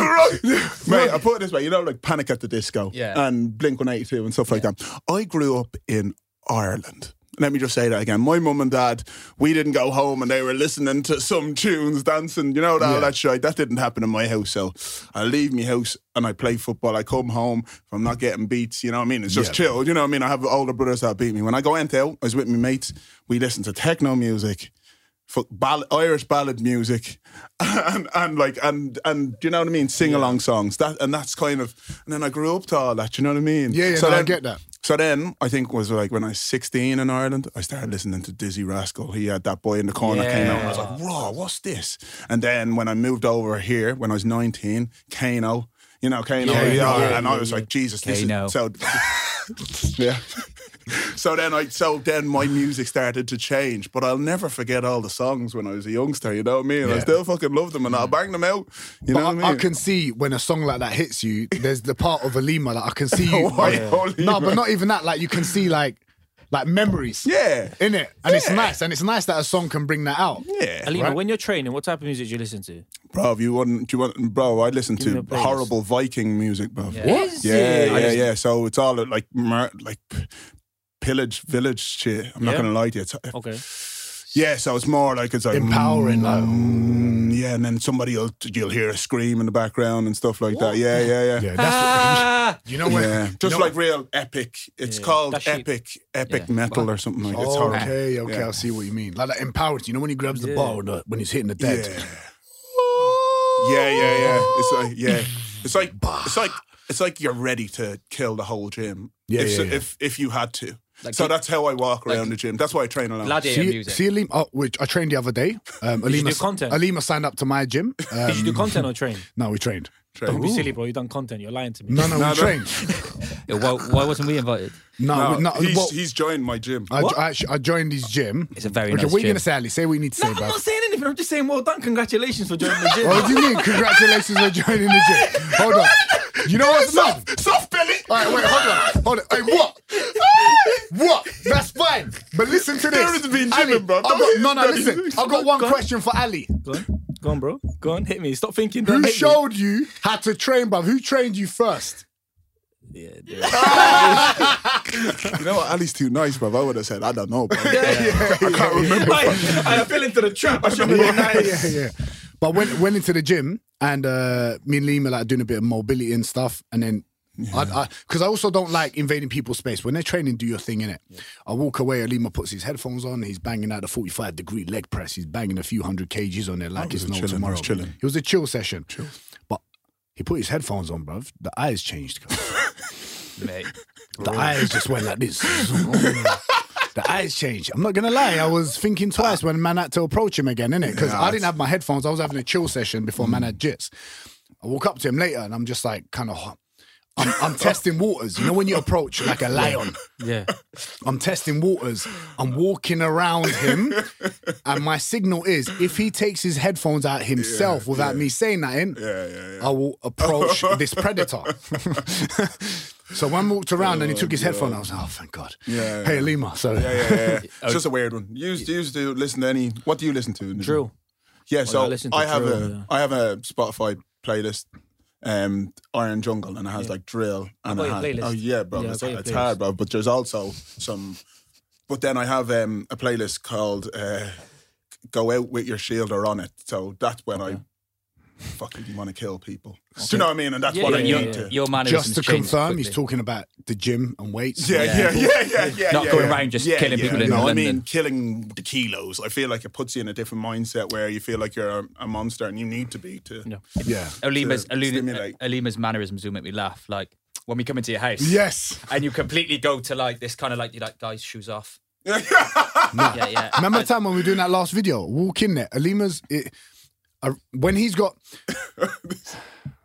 [SPEAKER 5] Mate, I put it this way, you know, like Panic at the Disco
[SPEAKER 7] Yeah.
[SPEAKER 5] and Blink 182 and stuff like that. I grew up in Ireland. Let me just say that again. My mum and dad, we didn't go home and they were listening to some tunes, dancing, you know, that, all that shit. That didn't happen in my house. So I leave my house and I play football. I come home if I'm not getting beats, you know what I mean? It's just chill, you know what I mean? I have older brothers that beat me. When I go out, I was with my mates, we listen to techno music for ball- Irish ballad music, and and like and and do you know what I mean? Sing along songs. That and that's kind of. And then I grew up to all that. Do you know what I mean?
[SPEAKER 3] Yeah, yeah, no, I
[SPEAKER 5] then,
[SPEAKER 3] get that.
[SPEAKER 5] So then I think was like when I was sixteen in Ireland, I started listening to Dizzy Rascal. He had that boy in the corner came out. And I was like, "Raw, what's this?" And then when I moved over here, when I was nineteen, Kano. You know, Kano, yeah, and I was like, Jesus, this
[SPEAKER 7] Kano.
[SPEAKER 5] is so. yeah. So then I so then my music started to change, but I'll never forget all the songs when I was a youngster, you know what I mean? I still fucking love them and I'll bang them out. You
[SPEAKER 3] But
[SPEAKER 5] know
[SPEAKER 3] I,
[SPEAKER 5] what I mean?
[SPEAKER 3] I can see when a song like that hits you, there's the part of Alima that I can see you.
[SPEAKER 5] Why
[SPEAKER 3] like-
[SPEAKER 5] Alima?
[SPEAKER 3] no, but not even that. Like you can see like like memories.
[SPEAKER 5] Yeah.
[SPEAKER 3] In it. And it's
[SPEAKER 5] Yeah.
[SPEAKER 3] nice. And it's nice that a song can bring that out.
[SPEAKER 5] yeah.
[SPEAKER 6] Alima,
[SPEAKER 3] Right.
[SPEAKER 6] when you're training, what type of music do you listen to?
[SPEAKER 5] Bro, if you want do you want bro, I listen
[SPEAKER 6] me a
[SPEAKER 5] to
[SPEAKER 6] playlist.
[SPEAKER 5] horrible Viking music, bro.
[SPEAKER 7] What?
[SPEAKER 6] Is
[SPEAKER 5] Yeah,
[SPEAKER 6] it?
[SPEAKER 5] yeah, yeah, So it's all like mur- like p- pillage village shit. I'm not
[SPEAKER 6] Yeah? Oh.
[SPEAKER 5] gonna lie to you. It's,
[SPEAKER 6] Okay.
[SPEAKER 5] Yeah, so it's more like it's like
[SPEAKER 3] Empowering, like,
[SPEAKER 5] mm, yeah, and then somebody will you'll hear a scream in the background and stuff like that. Yeah, yeah, yeah.
[SPEAKER 3] Yeah,
[SPEAKER 5] Yeah.
[SPEAKER 3] that's
[SPEAKER 7] Ah!
[SPEAKER 3] you know when you
[SPEAKER 5] Just
[SPEAKER 3] know
[SPEAKER 5] like real epic. It's
[SPEAKER 6] Yeah.
[SPEAKER 5] called
[SPEAKER 6] That's sheep.
[SPEAKER 5] epic, epic
[SPEAKER 7] Yeah.
[SPEAKER 5] metal or something like that. It's
[SPEAKER 3] Oh,
[SPEAKER 5] horrible.
[SPEAKER 3] okay, okay,
[SPEAKER 5] Yeah.
[SPEAKER 3] I see what you mean. Like that empowers you know when he grabs the
[SPEAKER 6] Yeah.
[SPEAKER 3] ball the, when he's hitting the
[SPEAKER 5] Yeah.
[SPEAKER 3] dead.
[SPEAKER 5] yeah, yeah, yeah. It's like yeah, it's like it's like it's like you're ready to kill the whole gym.
[SPEAKER 3] Yeah,
[SPEAKER 5] if,
[SPEAKER 3] yeah, yeah.
[SPEAKER 5] if if you had to.
[SPEAKER 7] Like
[SPEAKER 5] so
[SPEAKER 7] you-
[SPEAKER 5] that's how I walk around the gym. That's why I train alone.
[SPEAKER 7] Gladiator
[SPEAKER 3] See,
[SPEAKER 7] music.
[SPEAKER 3] see Aleem, oh, which I trained the other day. Um,
[SPEAKER 6] you
[SPEAKER 3] Alima,
[SPEAKER 6] do content?
[SPEAKER 3] Alima signed up to my gym. Um,
[SPEAKER 6] Did you do content or train?
[SPEAKER 3] no, we trained.
[SPEAKER 6] Don't be silly, bro. You done content. You're lying to me.
[SPEAKER 3] No, no,
[SPEAKER 5] No,
[SPEAKER 3] we
[SPEAKER 5] no.
[SPEAKER 3] trained.
[SPEAKER 7] Yeah, why, why wasn't we invited?
[SPEAKER 3] No,
[SPEAKER 5] No,
[SPEAKER 3] we- no,
[SPEAKER 5] he's,
[SPEAKER 3] well, Uh,
[SPEAKER 5] he's joined my gym.
[SPEAKER 3] I, I, actu- I joined his gym.
[SPEAKER 7] It's a very
[SPEAKER 3] okay,
[SPEAKER 7] nice
[SPEAKER 3] what are you
[SPEAKER 7] gym.
[SPEAKER 3] gonna say, Ali? Say what you need to
[SPEAKER 6] No,
[SPEAKER 3] say, Oh.
[SPEAKER 6] I'm
[SPEAKER 3] bro.
[SPEAKER 6] not saying anything. I'm just saying, well done. Congratulations for joining the gym.
[SPEAKER 3] What do you mean? Congratulations on joining the gym. Hold on. You know what's love?
[SPEAKER 5] Soft belly.
[SPEAKER 3] All right, wait, hold on, hold on. Hey, what? what? That's fine. But listen to this.
[SPEAKER 5] There has been
[SPEAKER 3] Ali,
[SPEAKER 5] gymming, bro.
[SPEAKER 3] I've got, no, no,
[SPEAKER 5] That is-
[SPEAKER 3] listen. I've got one
[SPEAKER 6] Go on.
[SPEAKER 3] question for Ali.
[SPEAKER 6] Go on, go on, bro. Go on, hit me. Stop thinking. Don't
[SPEAKER 3] Who
[SPEAKER 6] hit me.
[SPEAKER 3] showed you how to train, bruv? Who trained you first?
[SPEAKER 6] Yeah, dude.
[SPEAKER 5] You know what? Ali's too nice, bro. I would have said, I don't know, bro. I can't remember.
[SPEAKER 6] I, I fell into the trap. I should have been
[SPEAKER 3] yeah,
[SPEAKER 6] nice.
[SPEAKER 3] yeah, yeah. But went went into the gym and uh, me and Lima like doing a bit of mobility and stuff, and then because I, because I also don't like invading people's space when they're training. Do your thing in it. I walk away. Lima puts his headphones on. He's banging out the forty five degree leg press. He's banging a few hundred kgs on there like it's
[SPEAKER 5] was a
[SPEAKER 3] no
[SPEAKER 5] chilling, I was
[SPEAKER 3] tomorrow.
[SPEAKER 5] chilling.
[SPEAKER 3] It was a chill session. But he put his headphones on, bruv. The eyes changed.
[SPEAKER 7] Mate.
[SPEAKER 3] The eyes just went like this. the eyes changed. I'm not gonna lie, I was thinking twice when man had to approach him again, innit? Because I didn't have my headphones. I was having a chill session before man had jits. I walk up to him later and I'm just like kind of I'm, I'm testing waters. You know when you approach like a lion?
[SPEAKER 6] Yeah.
[SPEAKER 3] I'm testing waters. I'm walking around him, and my signal is if he takes his headphones out himself without me saying that in, I will approach this predator. so when I walked around and he took his headphone, I was like, oh, thank God.
[SPEAKER 5] Yeah,
[SPEAKER 3] hey,
[SPEAKER 5] yeah.
[SPEAKER 3] Lima. So
[SPEAKER 5] Yeah, yeah, yeah.
[SPEAKER 3] Oh.
[SPEAKER 5] It's just a weird one. You used, you used to listen to any. What do you listen to? in the gym?
[SPEAKER 6] Drill.
[SPEAKER 5] Yeah, so
[SPEAKER 6] I
[SPEAKER 5] I,
[SPEAKER 6] listen to
[SPEAKER 5] have
[SPEAKER 6] drill,
[SPEAKER 5] a I
[SPEAKER 6] yeah.
[SPEAKER 5] have a Spotify playlist, um, Iron Jungle, and it has like drill. And
[SPEAKER 6] got
[SPEAKER 5] it
[SPEAKER 6] your
[SPEAKER 5] has,
[SPEAKER 6] playlist.
[SPEAKER 5] Oh yeah, bro,
[SPEAKER 6] Yeah, I
[SPEAKER 5] it's,
[SPEAKER 6] got your
[SPEAKER 5] it's
[SPEAKER 6] playlist.
[SPEAKER 5] hard, bro. But there's also some. But then I have um, a playlist called uh, "Go Out with Your Shielder on it." So that's when I fucking want to kill people. Do you know what I mean? And that's
[SPEAKER 6] Yeah,
[SPEAKER 5] what
[SPEAKER 7] Your,
[SPEAKER 5] I
[SPEAKER 6] yeah,
[SPEAKER 5] need
[SPEAKER 7] your,
[SPEAKER 5] to.
[SPEAKER 7] your mannerisms
[SPEAKER 3] just to
[SPEAKER 7] changed
[SPEAKER 3] confirm, he's
[SPEAKER 7] quickly.
[SPEAKER 3] talking about the gym and weights.
[SPEAKER 5] Yeah, yeah, yeah, yeah, yeah.
[SPEAKER 7] Not
[SPEAKER 5] yeah,
[SPEAKER 7] going
[SPEAKER 5] yeah.
[SPEAKER 7] around just killing people in
[SPEAKER 5] No, I
[SPEAKER 7] London.
[SPEAKER 5] mean killing the kilos. I feel like it puts you in a different mindset where you feel like you're a, a monster and you need to be to.
[SPEAKER 6] No.
[SPEAKER 3] Yeah.
[SPEAKER 7] Alima's,
[SPEAKER 5] to
[SPEAKER 7] Alima's,
[SPEAKER 5] stimulate.
[SPEAKER 7] Alima's mannerisms do make me laugh. Like when we come into your house,
[SPEAKER 3] Yes.
[SPEAKER 7] and you completely go to like this kind of like you like guys shoes off. Yeah, yeah.
[SPEAKER 3] Remember the time when we were doing that last video? Walk in there. Alima's it, uh, when he's got.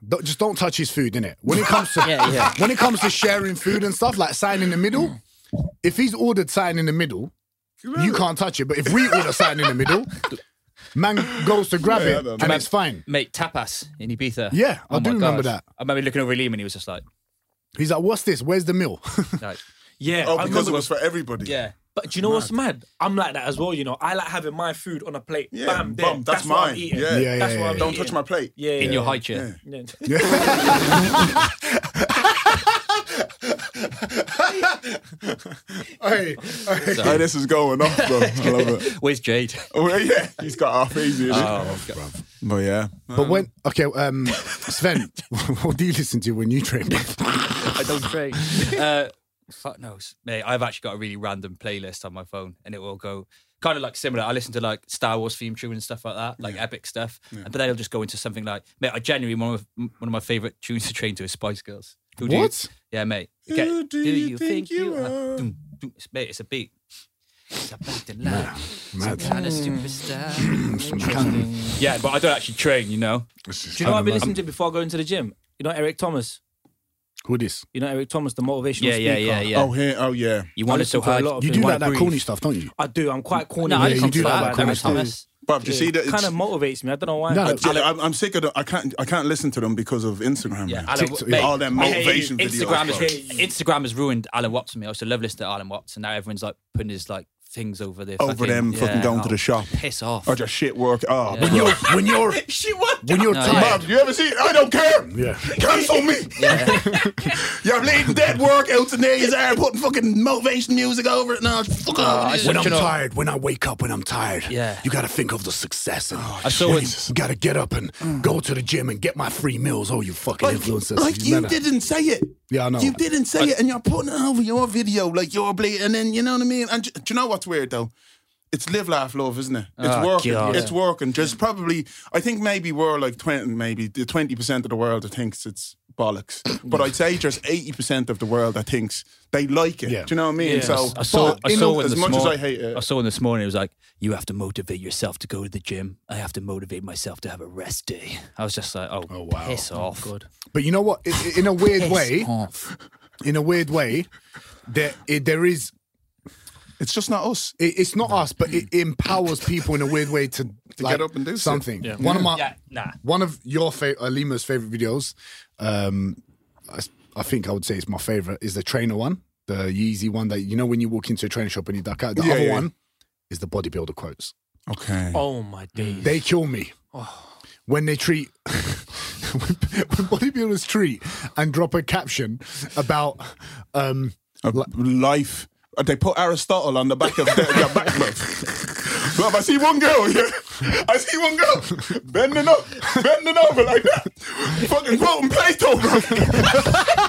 [SPEAKER 3] Don't- just don't touch his food, innit? When it comes to
[SPEAKER 7] Yeah, yeah.
[SPEAKER 3] when it comes to sharing food and stuff, like sign in the middle. If he's ordered sign in the middle, you can't touch it. But if we order sign in the middle, man goes to grab
[SPEAKER 5] Yeah, I
[SPEAKER 3] it
[SPEAKER 5] don't
[SPEAKER 3] and
[SPEAKER 5] know.
[SPEAKER 3] it's fine.
[SPEAKER 7] Mate, tapas in Ibiza.
[SPEAKER 3] Yeah, I
[SPEAKER 7] Oh
[SPEAKER 3] do
[SPEAKER 7] my
[SPEAKER 3] remember
[SPEAKER 7] God.
[SPEAKER 3] that.
[SPEAKER 7] I remember looking over at Liam and he was just like,
[SPEAKER 3] He's like, "What's this? Where's the meal?"
[SPEAKER 7] like
[SPEAKER 6] Yeah.
[SPEAKER 5] Oh,
[SPEAKER 6] I
[SPEAKER 5] because it
[SPEAKER 6] remember-
[SPEAKER 5] was for everybody.
[SPEAKER 7] yeah.
[SPEAKER 6] But do you know what's mad? I'm like that as well. You know, I like having my food on a plate.
[SPEAKER 5] Yeah,
[SPEAKER 6] bam, there.
[SPEAKER 5] bum, that's
[SPEAKER 6] what I'm
[SPEAKER 5] mine.
[SPEAKER 6] eating.
[SPEAKER 5] Yeah.
[SPEAKER 3] Yeah,
[SPEAKER 6] that's
[SPEAKER 3] yeah,
[SPEAKER 6] what
[SPEAKER 3] yeah,
[SPEAKER 6] I'm
[SPEAKER 3] yeah.
[SPEAKER 5] Don't touch my plate.
[SPEAKER 6] Yeah,
[SPEAKER 7] in
[SPEAKER 6] yeah.
[SPEAKER 7] your high chair.
[SPEAKER 6] Yeah.
[SPEAKER 3] hey, hey.
[SPEAKER 5] Hey, this is going off, bro. I love it.
[SPEAKER 7] Where's Jade?
[SPEAKER 5] Oh, yeah, yeah, he's got off easy. isn't he?
[SPEAKER 7] Oh, God.
[SPEAKER 5] But yeah,
[SPEAKER 3] But when okay, um, Sven, what do you listen to when you train?
[SPEAKER 7] I don't train. Uh, fuck knows, mate. I've actually got a really random playlist on my phone, and it will go kind of like similar. I listen to like Star Wars theme tune and stuff like that, like epic stuff. But then it'll just go into something like, mate. I genuinely one of one of my favorite tunes to train to is Spice Girls. Who do you-
[SPEAKER 3] What?
[SPEAKER 7] yeah, mate. Get-
[SPEAKER 5] Who do you think you are?
[SPEAKER 7] Dum, dum. It's- Mate, it's a beat. It's a beat in life.
[SPEAKER 3] Mad.
[SPEAKER 7] Kind of superstar. yeah, but I don't actually train, you know.
[SPEAKER 6] Do you know what I've been listening to before going to the gym? You know Eric Thomas.
[SPEAKER 3] Who this?
[SPEAKER 6] You know Eric Thomas, the motivational
[SPEAKER 7] Yeah,
[SPEAKER 6] speaker.
[SPEAKER 7] yeah, yeah, yeah.
[SPEAKER 5] oh here, oh yeah.
[SPEAKER 7] you
[SPEAKER 6] I
[SPEAKER 7] want it
[SPEAKER 6] listen
[SPEAKER 7] so
[SPEAKER 6] to a
[SPEAKER 7] hard.
[SPEAKER 6] lot of
[SPEAKER 3] You
[SPEAKER 6] things.
[SPEAKER 3] do
[SPEAKER 6] Why
[SPEAKER 3] like that
[SPEAKER 6] breathe?
[SPEAKER 3] corny stuff, don't you?
[SPEAKER 6] I do. I'm quite corny.
[SPEAKER 7] No, I
[SPEAKER 3] Yeah,
[SPEAKER 7] listen
[SPEAKER 3] you do
[SPEAKER 7] to
[SPEAKER 3] like
[SPEAKER 7] that,
[SPEAKER 3] that kind of
[SPEAKER 7] Eric
[SPEAKER 3] stuff.
[SPEAKER 7] Thomas.
[SPEAKER 5] But do you see that? It's,
[SPEAKER 6] kind of motivates me. I don't know why.
[SPEAKER 3] No,
[SPEAKER 6] I,
[SPEAKER 3] no,
[SPEAKER 5] Yeah, I'm, I'm sick of. The, I can't. I can't listen to them because of Instagram.
[SPEAKER 7] Yeah,
[SPEAKER 5] man.
[SPEAKER 7] Alan,
[SPEAKER 3] TikTok,
[SPEAKER 7] mate,
[SPEAKER 5] all them
[SPEAKER 7] I hate
[SPEAKER 5] motivation
[SPEAKER 7] you.
[SPEAKER 5] videos,
[SPEAKER 7] Instagram
[SPEAKER 5] bro.
[SPEAKER 7] has, Instagram has ruined Alan Watts for me. I used to love listening to Alan Watts, and now everyone's like putting his like things over there.
[SPEAKER 5] Over them fucking going to the Oh, shop.
[SPEAKER 7] oh, Piss off.
[SPEAKER 5] Or just shit work. Oh,
[SPEAKER 7] Yeah.
[SPEAKER 3] When you're when you're
[SPEAKER 6] She worked.
[SPEAKER 3] when you're
[SPEAKER 7] No,
[SPEAKER 3] tired.
[SPEAKER 5] Mom, you ever see it? I don't care.
[SPEAKER 3] Yeah.
[SPEAKER 5] Cancel me.
[SPEAKER 7] Yeah.
[SPEAKER 5] You're bleeding dead work out in there. You're putting fucking motivation music over it. No, fuck off.
[SPEAKER 3] When I'm tired, when I wake up, when I'm tired,
[SPEAKER 7] Yeah.
[SPEAKER 3] you gotta think of the success, and
[SPEAKER 7] Oh, I saw
[SPEAKER 3] you,
[SPEAKER 7] it. Mm.
[SPEAKER 3] gotta get up and go to the gym and get my free meals. Oh, you fucking
[SPEAKER 5] Like,
[SPEAKER 3] influencers!
[SPEAKER 5] like you
[SPEAKER 3] better-
[SPEAKER 5] didn't say it.
[SPEAKER 3] Yeah, I know.
[SPEAKER 5] You didn't say it, and you're putting it over your video like you're bleeding. And then you know what I mean. And do, do you know what's weird though? It's live, laugh, love, isn't it? It's
[SPEAKER 7] Oh,
[SPEAKER 5] working.
[SPEAKER 7] God.
[SPEAKER 5] It's working. Just probably, I think maybe we're like twenty, maybe the twenty percent of the world that thinks it's bollocks. But I'd say just eighty percent of the world that thinks they like it.
[SPEAKER 3] Yeah.
[SPEAKER 5] Do you know what I mean?
[SPEAKER 6] Yeah.
[SPEAKER 5] So
[SPEAKER 7] I saw,
[SPEAKER 5] but,
[SPEAKER 7] I
[SPEAKER 5] you
[SPEAKER 7] saw
[SPEAKER 5] know,
[SPEAKER 7] one
[SPEAKER 5] as
[SPEAKER 7] this
[SPEAKER 5] much as
[SPEAKER 7] morning,
[SPEAKER 5] I hate it.
[SPEAKER 7] I saw one this morning. It was like, you have to motivate yourself to go to the gym. I have to motivate myself to have a rest day. I was just like, oh,
[SPEAKER 3] Oh, wow.
[SPEAKER 7] piss off. God.
[SPEAKER 3] But you know what? I- I- In a weird
[SPEAKER 7] Piss
[SPEAKER 3] way,
[SPEAKER 7] off.
[SPEAKER 3] in a weird way, there it, there is.
[SPEAKER 5] it's just not us.
[SPEAKER 3] It, it's not us, but it empowers people in a weird way to, like,
[SPEAKER 5] Hmm. up and do shit.
[SPEAKER 3] something. One of my
[SPEAKER 7] Yeah, nah.
[SPEAKER 3] one of your fa- uh, Lima's favorite videos. Um, I, s- I think I would say it's my favorite is the trainer one, the Yeezy one that you know when you walk into a trainer shop and you duck out. The
[SPEAKER 5] Yeah,
[SPEAKER 3] other
[SPEAKER 5] yeah.
[SPEAKER 3] one is the bodybuilder quotes.
[SPEAKER 5] Okay.
[SPEAKER 6] Oh my days.
[SPEAKER 3] They kill me
[SPEAKER 5] Oh.
[SPEAKER 3] when they treat when bodybuilders treat and drop a caption about um,
[SPEAKER 5] of life. Uh, They put Aristotle on the back of their, their back. Love. Love, I see one girl here. I see one girl bending up, bending over like that. Fucking quoting Plato, bro.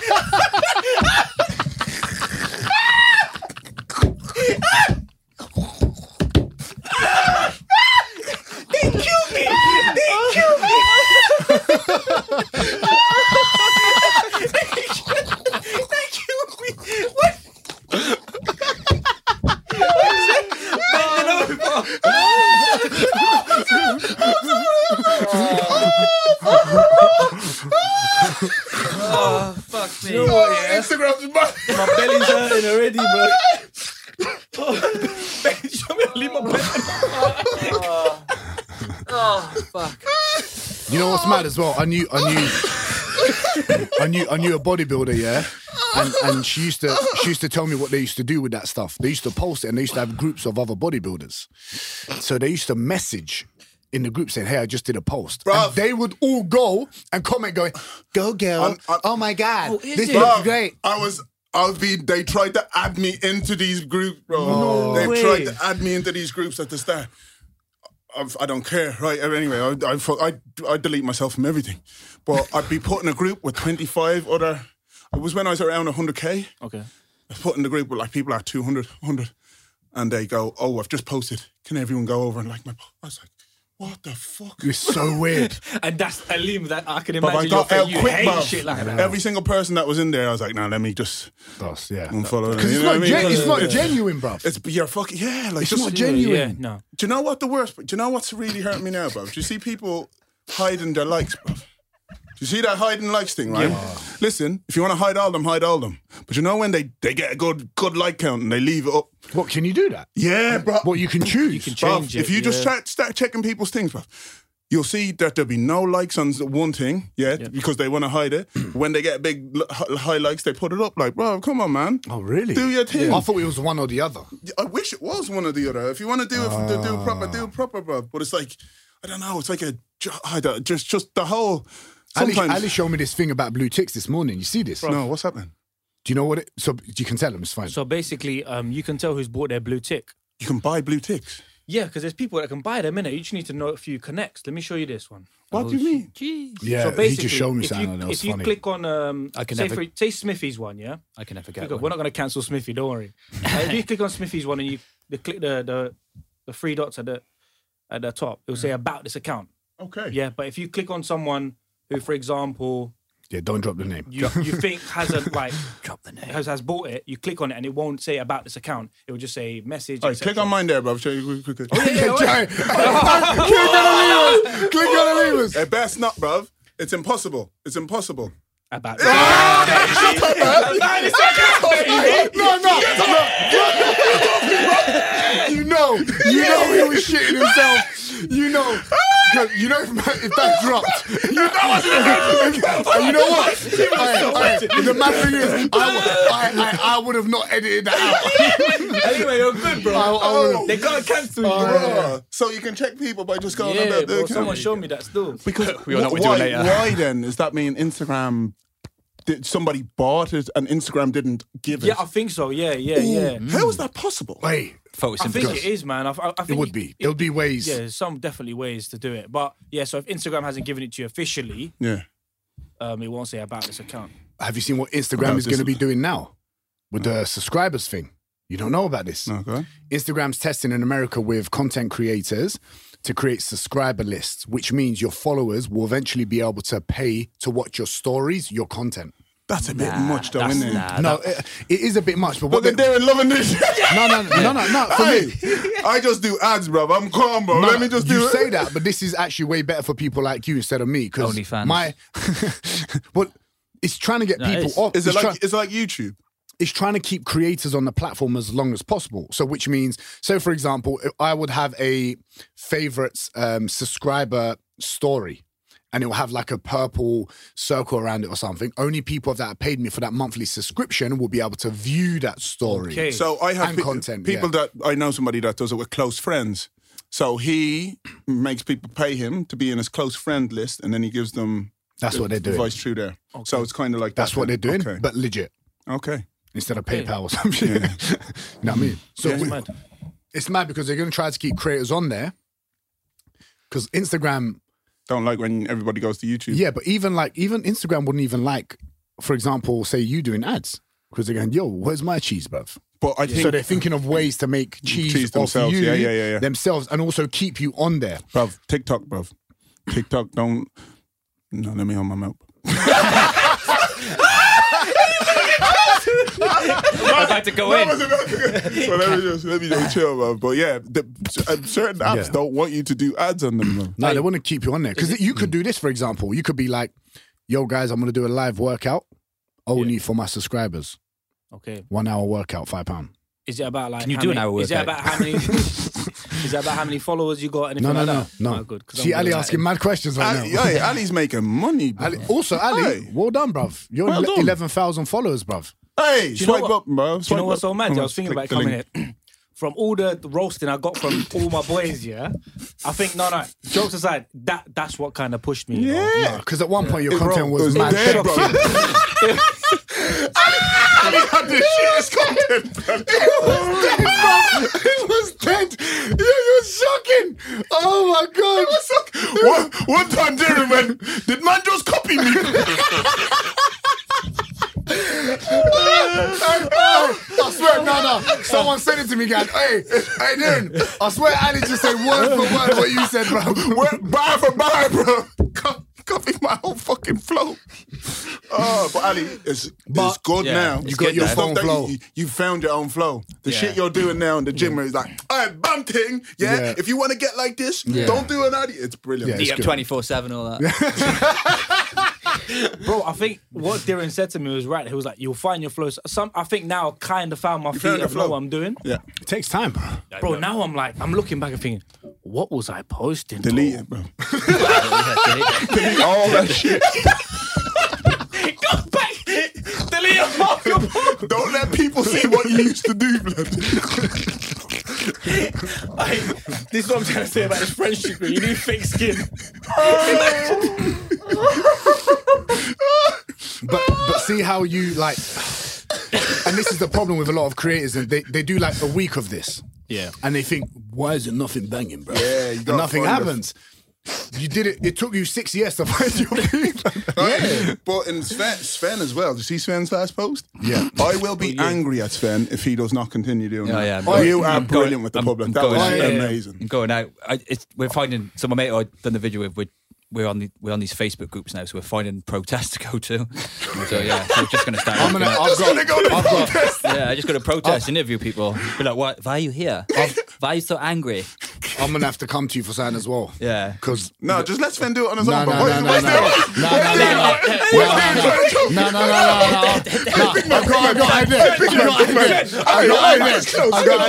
[SPEAKER 6] Oh, fuck me.
[SPEAKER 5] Oh, Instagram's mad.
[SPEAKER 6] My belly's hurting already, bro. Show me to leave my belly.
[SPEAKER 3] You know what's mad as well? I knew, I knew, I knew, I knew a bodybuilder, yeah, and and she used to, she used to tell me what they used to do with that stuff. They used to post it, and they used to have groups of other bodybuilders. So they used to message in the group saying, "Hey, I just did a post."
[SPEAKER 5] Bruv.
[SPEAKER 3] And they would all go and comment, going, "Go girl!
[SPEAKER 5] I'm- I'm-
[SPEAKER 3] oh my god,
[SPEAKER 6] Oh, is
[SPEAKER 3] this
[SPEAKER 6] it?
[SPEAKER 3] looks
[SPEAKER 5] Bro,
[SPEAKER 3] great."
[SPEAKER 5] I was. I'll be. They tried to add me into these groups, bro.
[SPEAKER 6] No
[SPEAKER 5] they
[SPEAKER 6] way.
[SPEAKER 5] tried to add me into these groups at the start. I've, I don't care, right? Uh, Anyway, I, I, fu- I, I delete myself from everything, but I'd be put in a group with twenty five other. It was when I was around hundred k.
[SPEAKER 6] Okay.
[SPEAKER 5] I put in the group with like people at 200, 100, and they go, "Oh, I've just posted. Can everyone go over and like my?" po-" I was like, "What the fuck?"
[SPEAKER 3] It's so weird.
[SPEAKER 6] And that's a limb that I can
[SPEAKER 5] But I
[SPEAKER 6] imagine your
[SPEAKER 5] got out
[SPEAKER 6] face. You
[SPEAKER 5] quick,
[SPEAKER 6] hate
[SPEAKER 5] bruv.
[SPEAKER 6] shit like that.
[SPEAKER 5] Every single person that was in there, I was like, "Nah, let me just
[SPEAKER 3] Us, yeah.
[SPEAKER 6] Mm.
[SPEAKER 5] unfollow." them."
[SPEAKER 3] Because
[SPEAKER 5] You
[SPEAKER 3] it's not,
[SPEAKER 5] know what I mean?
[SPEAKER 3] gen- it's not
[SPEAKER 5] Yeah.
[SPEAKER 3] genuine, bro.
[SPEAKER 5] It's you're fucking yeah. Like
[SPEAKER 3] It's
[SPEAKER 5] just,
[SPEAKER 3] not
[SPEAKER 6] Yeah,
[SPEAKER 3] genuine.
[SPEAKER 6] Yeah, no.
[SPEAKER 5] Do you know what the worst? Do you know what's really hurting me now, bro? Do you see people hiding their likes, bro? Do you see that hiding likes thing, right? Listen, if you want to hide all them, hide all them. But you know when they, they get a good good like count and they leave it up.
[SPEAKER 3] What can you do that?
[SPEAKER 5] Yeah, bro.
[SPEAKER 3] What you can choose? You
[SPEAKER 6] can
[SPEAKER 5] Bruv,
[SPEAKER 6] change it,
[SPEAKER 5] If you just
[SPEAKER 6] yeah.
[SPEAKER 5] start, start checking people's things, bruv, you'll see that there'll be no likes on one thing, yeah, because they want to high it. when they get big li- hi- high likes, they put it up. Like, bro, come on, man.
[SPEAKER 3] Oh really?
[SPEAKER 5] Do your thing.
[SPEAKER 3] I thought it was one or the other.
[SPEAKER 5] I wish it was one or the other. If you want to do it, do
[SPEAKER 6] Ah.
[SPEAKER 5] it proper, do it proper, bruv. But it's like, I don't know. It's like a ju- I don't- just just the whole.
[SPEAKER 3] Ali,
[SPEAKER 5] Sometimes.
[SPEAKER 3] Ali showed me this thing about blue ticks this morning. You see this?
[SPEAKER 5] no, what's happening?
[SPEAKER 3] Do you know what it? So you can tell him it's fine.
[SPEAKER 6] So basically, um, you can tell who's bought their blue tick.
[SPEAKER 5] You can buy blue ticks.
[SPEAKER 6] Yeah, because there's people that can buy them in it. You just need to know a few connects. Let me show you this one.
[SPEAKER 5] What do you mean?
[SPEAKER 3] yeah,
[SPEAKER 6] so basically,
[SPEAKER 3] he just showed me
[SPEAKER 6] if
[SPEAKER 3] something
[SPEAKER 6] you,
[SPEAKER 3] and it was
[SPEAKER 6] if you
[SPEAKER 3] funny.
[SPEAKER 6] click on, um,
[SPEAKER 7] I can
[SPEAKER 6] say,
[SPEAKER 7] never-
[SPEAKER 6] for- say Smithy's one, yeah.
[SPEAKER 7] I can never
[SPEAKER 6] Click
[SPEAKER 7] get
[SPEAKER 6] on-
[SPEAKER 7] one.
[SPEAKER 6] we're not going to cancel Smithy. Don't worry. Uh, if you click on Smithy's one and you the, click the, the the three dots at the at the top, it will say
[SPEAKER 3] Mm.
[SPEAKER 6] about this account.
[SPEAKER 5] Okay.
[SPEAKER 6] Yeah, but if you click on someone who, for example,
[SPEAKER 3] yeah, don't drop the name.
[SPEAKER 6] you, you think hasn't like
[SPEAKER 7] Drop the name.
[SPEAKER 6] has, has bought it, you click on it and it won't say about this account. It will just say message.
[SPEAKER 5] All right, click on mine there, bruv. Show you quickly.
[SPEAKER 6] Oh,
[SPEAKER 3] Giant- click on the levers. Click on the levers.
[SPEAKER 5] Hey, best not, bruv. It's impossible. It's impossible.
[SPEAKER 6] about. About this account, baby.
[SPEAKER 3] No, no, no. You know, you know he was shitting himself. You know. 'Cause You know, if, if that dropped, you know what? And you know what? Aye, aye, the mad thing is, I, wa- I, I, I would have not edited that out.
[SPEAKER 6] Anyway, so good, bro. they can't cancel you.
[SPEAKER 5] Oh, Bruh. So you can check people by just going on
[SPEAKER 6] yeah,
[SPEAKER 5] their- their
[SPEAKER 6] bro, someone
[SPEAKER 5] account.
[SPEAKER 6] showed me that still.
[SPEAKER 5] Because
[SPEAKER 7] We all know
[SPEAKER 5] wh-
[SPEAKER 7] what we're
[SPEAKER 5] why,
[SPEAKER 7] doing later.
[SPEAKER 5] Why then? Does that mean Instagram? Did somebody bought it and Instagram didn't give it?
[SPEAKER 6] Yeah, I think so. Yeah, yeah, Mm. yeah.
[SPEAKER 5] How is that possible?
[SPEAKER 3] Wait,
[SPEAKER 6] I think it
[SPEAKER 7] Photosynthesis.
[SPEAKER 6] is, man. I, I, I think
[SPEAKER 3] it would be. There would be ways.
[SPEAKER 6] Yeah, there's some definitely ways to do it. But yeah, so if Instagram hasn't given it to you officially,
[SPEAKER 5] Yeah.
[SPEAKER 6] um, it won't say about this account.
[SPEAKER 3] Have you seen what Instagram
[SPEAKER 5] No,
[SPEAKER 3] is
[SPEAKER 5] this
[SPEAKER 3] going to be
[SPEAKER 5] is-
[SPEAKER 3] doing now with the subscribers thing? You don't know about this.
[SPEAKER 5] Okay.
[SPEAKER 3] Instagram's testing in America with content creators to create subscriber lists, which means your followers will eventually be able to pay to watch your stories, your content.
[SPEAKER 5] That's a bit much, though,
[SPEAKER 7] that's-
[SPEAKER 5] isn't it?
[SPEAKER 7] nah,
[SPEAKER 3] no, it, it is a bit much, but
[SPEAKER 5] But
[SPEAKER 3] what
[SPEAKER 5] then
[SPEAKER 3] they,
[SPEAKER 5] they're in love and this.
[SPEAKER 3] no, no, no, no, no, no. For
[SPEAKER 5] Hey,
[SPEAKER 3] me,
[SPEAKER 5] I just do ads, bro. I'm calm, bro.
[SPEAKER 3] No,
[SPEAKER 5] Let me just
[SPEAKER 3] you
[SPEAKER 5] do it.
[SPEAKER 3] say that, but this is actually way better for people like you instead of me because
[SPEAKER 7] OnlyFans.
[SPEAKER 3] my well, it's trying to get
[SPEAKER 7] No, it
[SPEAKER 3] people
[SPEAKER 7] is.
[SPEAKER 3] off.
[SPEAKER 5] Is it
[SPEAKER 3] it's
[SPEAKER 5] like
[SPEAKER 3] try-
[SPEAKER 5] is it like YouTube?
[SPEAKER 3] it's trying to keep creators on the platform as long as possible. So, which means, so for example, if I would have a favorites um, subscriber story. And it will have like a purple circle around it or something. Only people that have paid me for that monthly subscription will be able to view that story.
[SPEAKER 6] Okay.
[SPEAKER 5] So I have
[SPEAKER 3] And content,
[SPEAKER 5] people that I know somebody that does it with close friends. So he makes people pay him to be in his close friend list, and then he gives them
[SPEAKER 3] That's what they're doing.
[SPEAKER 5] advice through there. So it's kind of like
[SPEAKER 3] That's
[SPEAKER 5] that
[SPEAKER 3] what they're
[SPEAKER 5] then.
[SPEAKER 3] doing,
[SPEAKER 5] Okay.
[SPEAKER 3] but legit
[SPEAKER 5] okay.
[SPEAKER 3] instead of PayPal or something. you know what I mean? So we-
[SPEAKER 6] mad.
[SPEAKER 3] it's mad because they're going to try to keep creators on there because Instagram
[SPEAKER 5] Don't like when everybody goes to YouTube.
[SPEAKER 3] Yeah, but even like even Instagram wouldn't even like, for example, say you doing ads because they're going, "Yo, where's my cheese, bruv?"
[SPEAKER 5] But I think
[SPEAKER 3] So they're thinking of ways to make cheese,
[SPEAKER 5] Cheese
[SPEAKER 3] off
[SPEAKER 5] themselves,
[SPEAKER 3] you
[SPEAKER 5] yeah, yeah, yeah, yeah.
[SPEAKER 3] themselves, and also keep you on there.
[SPEAKER 5] bruv, TikTok, bruv. TikTok, don't. No, let me hold my mouth.
[SPEAKER 7] I'm about to go in.
[SPEAKER 5] Well, let me just let me just chill, bruv. But yeah, the, uh, certain apps
[SPEAKER 3] Yeah.
[SPEAKER 5] don't want you to do ads on them. Bruv.
[SPEAKER 3] No, they want to keep you on there because you could
[SPEAKER 5] Mm.
[SPEAKER 3] do this, for example, you could be like, "Yo, guys, I'm gonna do a live workout only for my subscribers.
[SPEAKER 6] Okay.
[SPEAKER 3] One hour workout, five pound."
[SPEAKER 6] Is it about like
[SPEAKER 7] Can you
[SPEAKER 6] how
[SPEAKER 7] do an
[SPEAKER 6] many,
[SPEAKER 7] hour
[SPEAKER 6] Is it
[SPEAKER 7] workout?
[SPEAKER 6] about how many? is it about how many followers you got? Anything
[SPEAKER 3] No, no,
[SPEAKER 6] like
[SPEAKER 3] no,
[SPEAKER 6] that?
[SPEAKER 3] no.
[SPEAKER 6] Oh, good. 'cause I'm
[SPEAKER 3] See,
[SPEAKER 6] good
[SPEAKER 3] Ali
[SPEAKER 6] at that.
[SPEAKER 3] asking mad questions right
[SPEAKER 5] Ali,
[SPEAKER 3] now.
[SPEAKER 5] hey, Ali's making money, bruv.
[SPEAKER 3] Ali, also, Ali,
[SPEAKER 5] Hey.
[SPEAKER 3] well done, bruv. You're
[SPEAKER 5] Well done.
[SPEAKER 3] eleven thousand followers, bruv.
[SPEAKER 5] Hey,
[SPEAKER 6] you know
[SPEAKER 5] swipe
[SPEAKER 6] what-
[SPEAKER 5] up, bro. Swipe
[SPEAKER 6] Do you know what's
[SPEAKER 5] up.
[SPEAKER 6] so mad?
[SPEAKER 5] Come
[SPEAKER 6] I
[SPEAKER 5] on,
[SPEAKER 6] was thinking about
[SPEAKER 5] click the
[SPEAKER 6] coming
[SPEAKER 5] link.
[SPEAKER 6] here. From all the roasting I got from all my boys, yeah, I think no, no. Jokes aside, that that's what kind of pushed me. you know?
[SPEAKER 5] Yeah.
[SPEAKER 3] Because Uh, at one point your content
[SPEAKER 5] It
[SPEAKER 3] was
[SPEAKER 5] was
[SPEAKER 3] mad.
[SPEAKER 5] dead, bro. Ali, Ali had the shittest content. bro.
[SPEAKER 3] it was dead. You were shocking. Oh my god.
[SPEAKER 5] one, one time, Darren went, Did man just copy me?
[SPEAKER 3] I swear, no, no. Someone said it to me, guys. Hey, hey, Darren. I swear, Ali just said word for word what you said, bro.
[SPEAKER 5] Went bar for bar, bro. Co- Copy my whole fucking flow. Oh, but Ali, it's, it's good
[SPEAKER 7] yeah,
[SPEAKER 5] now.
[SPEAKER 7] it's
[SPEAKER 3] You got good your now. own
[SPEAKER 5] Stuff that
[SPEAKER 3] flow.
[SPEAKER 5] You, you found your own flow. The
[SPEAKER 7] Yeah.
[SPEAKER 5] shit you're doing now in the gym where it's like, all right, bam thing. Yeah,
[SPEAKER 3] Yeah.
[SPEAKER 5] if you want to get like this,
[SPEAKER 3] Yeah.
[SPEAKER 5] don't do an Ali. It's brilliant.
[SPEAKER 3] Yeah.
[SPEAKER 7] DM 24 7, all that.
[SPEAKER 6] bro. I think what Darren said to me was right. He was like, "You'll find your flow." Some, I think now, I kind of found my
[SPEAKER 5] found
[SPEAKER 6] feet.
[SPEAKER 5] your
[SPEAKER 6] I know
[SPEAKER 5] flow.
[SPEAKER 6] what I'm doing,
[SPEAKER 5] Yeah.
[SPEAKER 3] It takes time, bro.
[SPEAKER 6] bro. Now I'm like, I'm looking back and thinking, what was I posting? bro?
[SPEAKER 5] Delete it, bro.
[SPEAKER 7] Yeah, delete it.
[SPEAKER 5] Delete all that shit.
[SPEAKER 6] Go back, delete it off your phone.
[SPEAKER 5] Don't let people see what you used to do, blood.
[SPEAKER 6] Like, this is what I'm trying to say about this friendship. bro. You need thick skin.
[SPEAKER 3] But but see how you like. And this is the problem with a lot of creators, and they, they do like a week of this.
[SPEAKER 7] Yeah.
[SPEAKER 3] And they think, why is it nothing banging, bro?
[SPEAKER 5] Yeah, you
[SPEAKER 3] And
[SPEAKER 5] gotta
[SPEAKER 3] nothing
[SPEAKER 5] find the-
[SPEAKER 3] happens. You did it. It took you six years to find your feet.
[SPEAKER 5] Yeah. But in Sven, Sven as well. Did you see Sven's last post?
[SPEAKER 3] Yeah.
[SPEAKER 5] I will be angry at Sven if he does not continue doing
[SPEAKER 7] Oh,
[SPEAKER 5] that.
[SPEAKER 7] yeah, I'm
[SPEAKER 5] Oh,
[SPEAKER 7] going-
[SPEAKER 5] you are
[SPEAKER 7] I'm going-
[SPEAKER 5] brilliant with the
[SPEAKER 7] I'm-
[SPEAKER 5] public.
[SPEAKER 7] I'm
[SPEAKER 5] that
[SPEAKER 7] going
[SPEAKER 5] was
[SPEAKER 7] out. Yeah, yeah, yeah.
[SPEAKER 5] amazing.
[SPEAKER 7] I'm going out. I, it's, we're finding, so my mate who I'd done the video with, we're, we're, on the, we're on these Facebook groups now, so we're finding protests to go to. So, yeah, so we're just going to start.
[SPEAKER 3] I'm gonna.
[SPEAKER 7] working.
[SPEAKER 3] I've got. I've got.
[SPEAKER 7] yeah, I just got to protest, interview people. Be like, what, why are you here? why are you so angry?
[SPEAKER 3] I'm gonna have to come to you for something as well.
[SPEAKER 7] Yeah.
[SPEAKER 3] Because
[SPEAKER 5] No, just let Sven do it on his
[SPEAKER 3] no,
[SPEAKER 5] own.
[SPEAKER 3] no,
[SPEAKER 5] bro. Why-
[SPEAKER 3] no, no,
[SPEAKER 5] why
[SPEAKER 3] no,
[SPEAKER 5] is there-
[SPEAKER 3] no, no, no,
[SPEAKER 5] why is
[SPEAKER 3] no,
[SPEAKER 5] there trying to-
[SPEAKER 3] no, no, no, no, no. I've got, I've got idea. I've got idea. I've got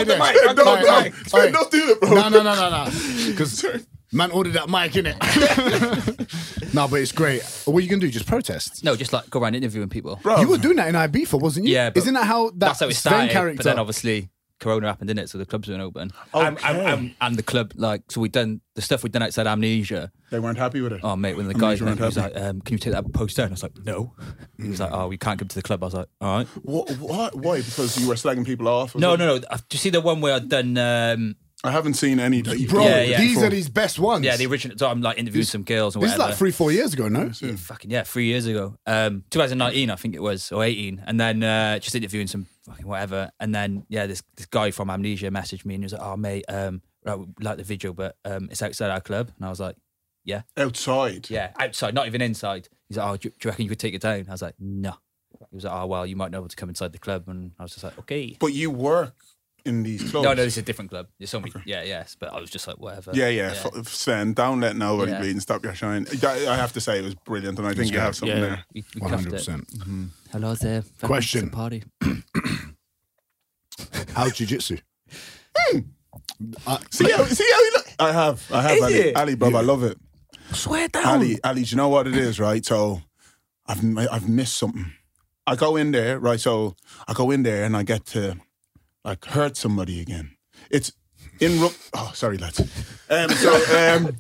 [SPEAKER 3] idea. I've got idea.
[SPEAKER 5] Sven, don't,
[SPEAKER 3] Alright, alright,
[SPEAKER 5] don't. Sven,
[SPEAKER 3] alright.
[SPEAKER 5] don't do it, bro.
[SPEAKER 3] No, no, no, no, no. Because man ordered that mic, innit? no, but it's great. What are you gonna do? Just protest?
[SPEAKER 7] No, just like go around interviewing people.
[SPEAKER 5] Bro.
[SPEAKER 3] You were doing that in Ibiza, wasn't you?
[SPEAKER 7] Yeah, but
[SPEAKER 3] Isn't that how that
[SPEAKER 7] That's how it
[SPEAKER 3] Sven
[SPEAKER 7] started.
[SPEAKER 3] character?
[SPEAKER 7] But then obviously, Corona happened, didn't it? So the clubs weren't open.
[SPEAKER 6] Okay.
[SPEAKER 7] And, and- and- and the club, like, so we'd done the stuff we'd done outside Amnesia.
[SPEAKER 5] They weren't happy with it.
[SPEAKER 7] Oh, mate, when the
[SPEAKER 5] Amnesia
[SPEAKER 7] guys
[SPEAKER 5] weren't
[SPEAKER 7] met me, he was
[SPEAKER 5] happy.
[SPEAKER 7] like, um, can you take that post down? I was like, no. He was like, oh, we can't come to the club. I was like, all right.
[SPEAKER 5] What, what? Why? Because you were slagging people off? or
[SPEAKER 7] No,
[SPEAKER 5] something?
[SPEAKER 7] no, no. Uh, Do you see the one where I'd done, um,
[SPEAKER 5] I haven't seen any that you
[SPEAKER 3] Bro,
[SPEAKER 7] Yeah, yeah.
[SPEAKER 3] these
[SPEAKER 5] Before.
[SPEAKER 3] are these best ones.
[SPEAKER 7] yeah, the original, so I'm like interviewing some girls and
[SPEAKER 3] This is
[SPEAKER 7] whatever.
[SPEAKER 3] like three, four years ago, no?
[SPEAKER 7] Yeah, fucking yeah, three years ago, um, 2019, I think it was, or 18, and then uh, just interviewing some fucking whatever, and then yeah, this this guy from Amnesia messaged me and he was like, "Oh mate, um, right, we like the video, but um, it's outside our club," and I was like, "Yeah,
[SPEAKER 5] outside.
[SPEAKER 7] yeah, outside, not even inside." He's like, "Oh, do, do you reckon you could take it down?" I was like, "No." He was like, "Oh well, you might not be able to come inside the club," and I was just like, "Okay."
[SPEAKER 5] But you work in these clubs.
[SPEAKER 7] No, no, this is a different club. There's so many, yeah, yes, but I was just like, whatever.
[SPEAKER 5] Yeah, yeah.
[SPEAKER 7] Yeah.
[SPEAKER 5] F- Sven, don't let nobody
[SPEAKER 7] Yeah.
[SPEAKER 5] bleed and stop your shine. That- I have to say it was brilliant, and I think you have something there.
[SPEAKER 7] We, we
[SPEAKER 3] One
[SPEAKER 7] cuffed
[SPEAKER 3] hundred
[SPEAKER 7] it.
[SPEAKER 3] percent.
[SPEAKER 7] Hello there. Welcome to
[SPEAKER 3] Question.
[SPEAKER 7] the party.
[SPEAKER 3] How jujitsu?
[SPEAKER 5] See how, see how he look? I have, I have
[SPEAKER 6] Is
[SPEAKER 5] Ali,
[SPEAKER 6] it?
[SPEAKER 5] Ali, bro, I love it.
[SPEAKER 6] Swear down.
[SPEAKER 5] Ali, Ali, do you know what it is, right? So, I've m- I've missed something. I go in there, right? So I go in there and I get to like hurt somebody again. It's in rug. Oh, sorry, lads. Um, so um,